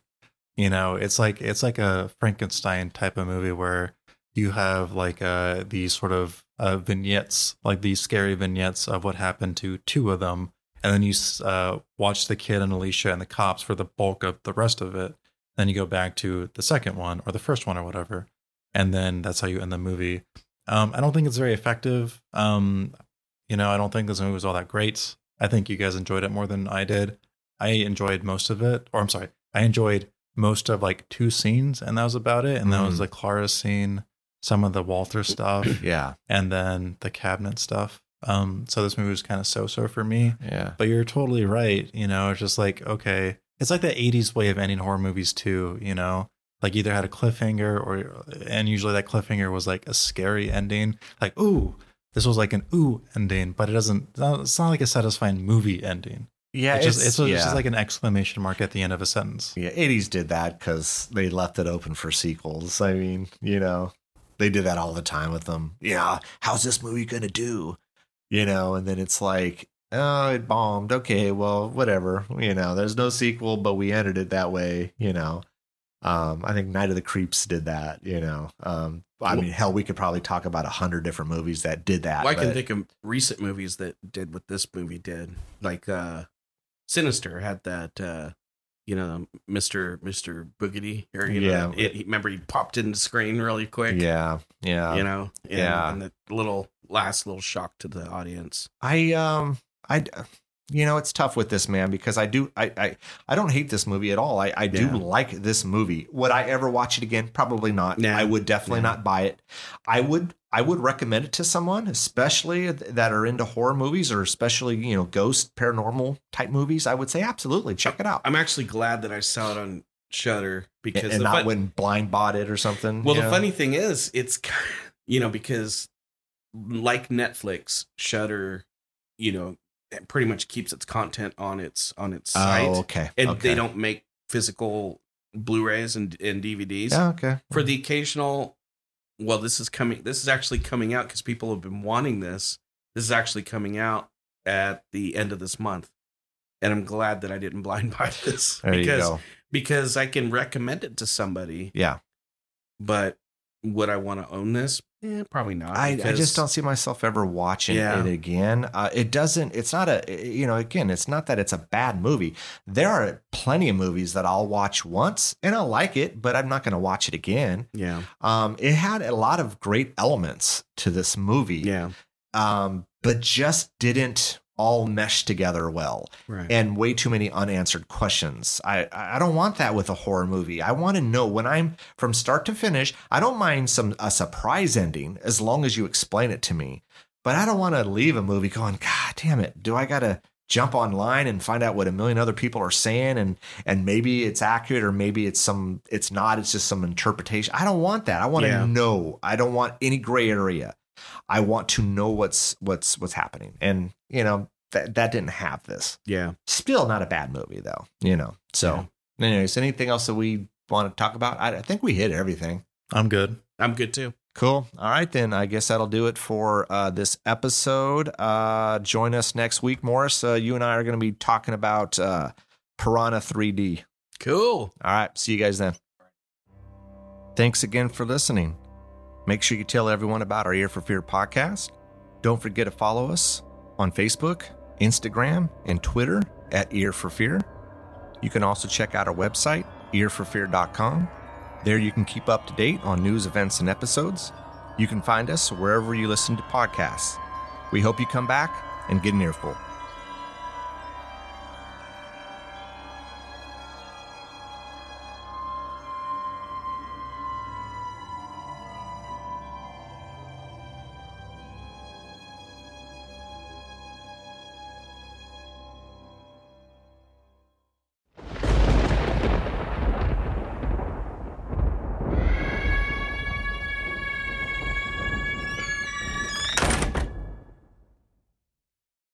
B: You know, it's like it's like a Frankenstein type of movie where you have like uh these sort of uh, vignettes, like these scary vignettes of what happened to two of them, and then you s- uh, watch the kid and Alicia and the cops for the bulk of the rest of it. Then you go back to the second one or the first one or whatever, and then that's how you end the movie. Um, I don't think it's very effective. Um, you know, I don't think this movie was all that great. I think you guys enjoyed it more than I did. I enjoyed most of it, or I'm sorry, I enjoyed most of like two scenes, and that was about it. And that was
C: Mhm.
B: the Clara scene, some of the Walter stuff,
C: Yeah.
B: and then the cabinet stuff. Um, so this movie was kind of so-so for me.
C: Yeah.
B: But you're totally right. You know, it's just like, okay, it's like the 80s way of ending horror movies, too. You know, like either had a cliffhanger or, and usually that cliffhanger was like a scary ending. Like, ooh, this was like an ooh ending, but it doesn't, it's not- it's not like a satisfying movie ending.
C: Yeah.
B: it's, just, it's, just-
C: yeah.
B: it's just like an exclamation mark at the end of a sentence.
C: yeah. 80s did that because they left it open for sequels. I mean, you know, they did that all the time with them. Yeah. How's this movie going to do? You know, and then it's like, oh, it bombed. Okay. Well, whatever. You know, there's no sequel, but we ended it that way, you know. Um, I think Night of the Creeps did that, you know. Um, I mean, hell, we could probably talk about a hundred different movies that did that.
D: well, I can
C: but-
D: think of recent movies that did what this movie did like uh Sinister had that uh you know Mr. Mr. Boogity or you know
C: Yeah.
D: it, remember he popped into screen really quick
C: Yeah, yeah.
D: you know and,
C: Yeah.
D: and the little last little shock to the audience
C: I um I you know it's tough with this man because I do I I, I don't hate this movie at all. I I do
D: Yeah.
C: like this movie. Would I ever watch it again? Probably not.
D: Nah.
C: I would definitely
D: Nah.
C: not buy it. I would I would recommend it to someone, especially th- that are into horror movies or especially you know ghost paranormal type movies. I would say absolutely check it out
D: i'm actually glad that i saw it on shutter because
C: and, and
D: the
C: not
D: fun-
C: when blind bought it or something.
D: well
C: you
D: the
C: know?
D: funny thing is it's ki- you know because like netflix shutter you know it pretty much keeps its content on its on its site
C: Oh, okay.
D: and
C: okay.
D: they don't make physical blu-rays and, and dvds
C: Yeah, okay.
D: for the occasional well this is coming this is actually coming out because people have been wanting this this is actually coming out at the end of this month and i'm glad that i didn't blind buy this
C: there
D: because
C: you go.
D: because i can recommend it to somebody
C: Yeah.
D: but would i want to own this eh, probably not
C: I, I
D: because-
C: just don't see myself ever watching
D: Yeah.
C: it again. Uh, it doesn't. It's not a. You know, again, it's not that it's a bad movie. There are plenty of movies that I'll watch once and I'll like it, but I'm not going to watch it again.
D: yeah
C: Um, it had a lot of great elements to this movie,
D: yeah
C: um, but just didn't all mesh together well
D: right
C: and way too many unanswered questions. I I don't want that with a horror movie. I want to know when I'm from start to finish. I don't mind some a surprise ending as long as you explain it to me. But I don't want to leave a movie going, God damn it! Do I gotta jump online and find out what a million other people are saying and and maybe it's accurate or maybe it's some it's not it's just some interpretation i don't want that i want
D: Yeah.
C: to know i don't want any gray area i want to know what's what's what's happening and you know that that didn't have this
D: Yeah.
C: still not a bad movie though you know so anyways anything else that we want to talk about i, I think we hit everything
B: I'm good.
D: I'm good too.
C: Cool. All right, then. I guess that'll do it for uh, this episode. Uh, join us next week, Morris. Uh, you and I are going to be talking about uh, Piranha 3D.
D: Cool.
C: All right. See you guys then. Thanks again for listening. Make sure you tell everyone about our Ear for Fear podcast. Don't forget to follow us on Facebook, Instagram, and Twitter at Ear for Fear. You can also check out our website, earforfear.com. There you can keep up to date on news, events, and episodes. You can find us wherever you listen to podcasts. We hope you come back and get an earful.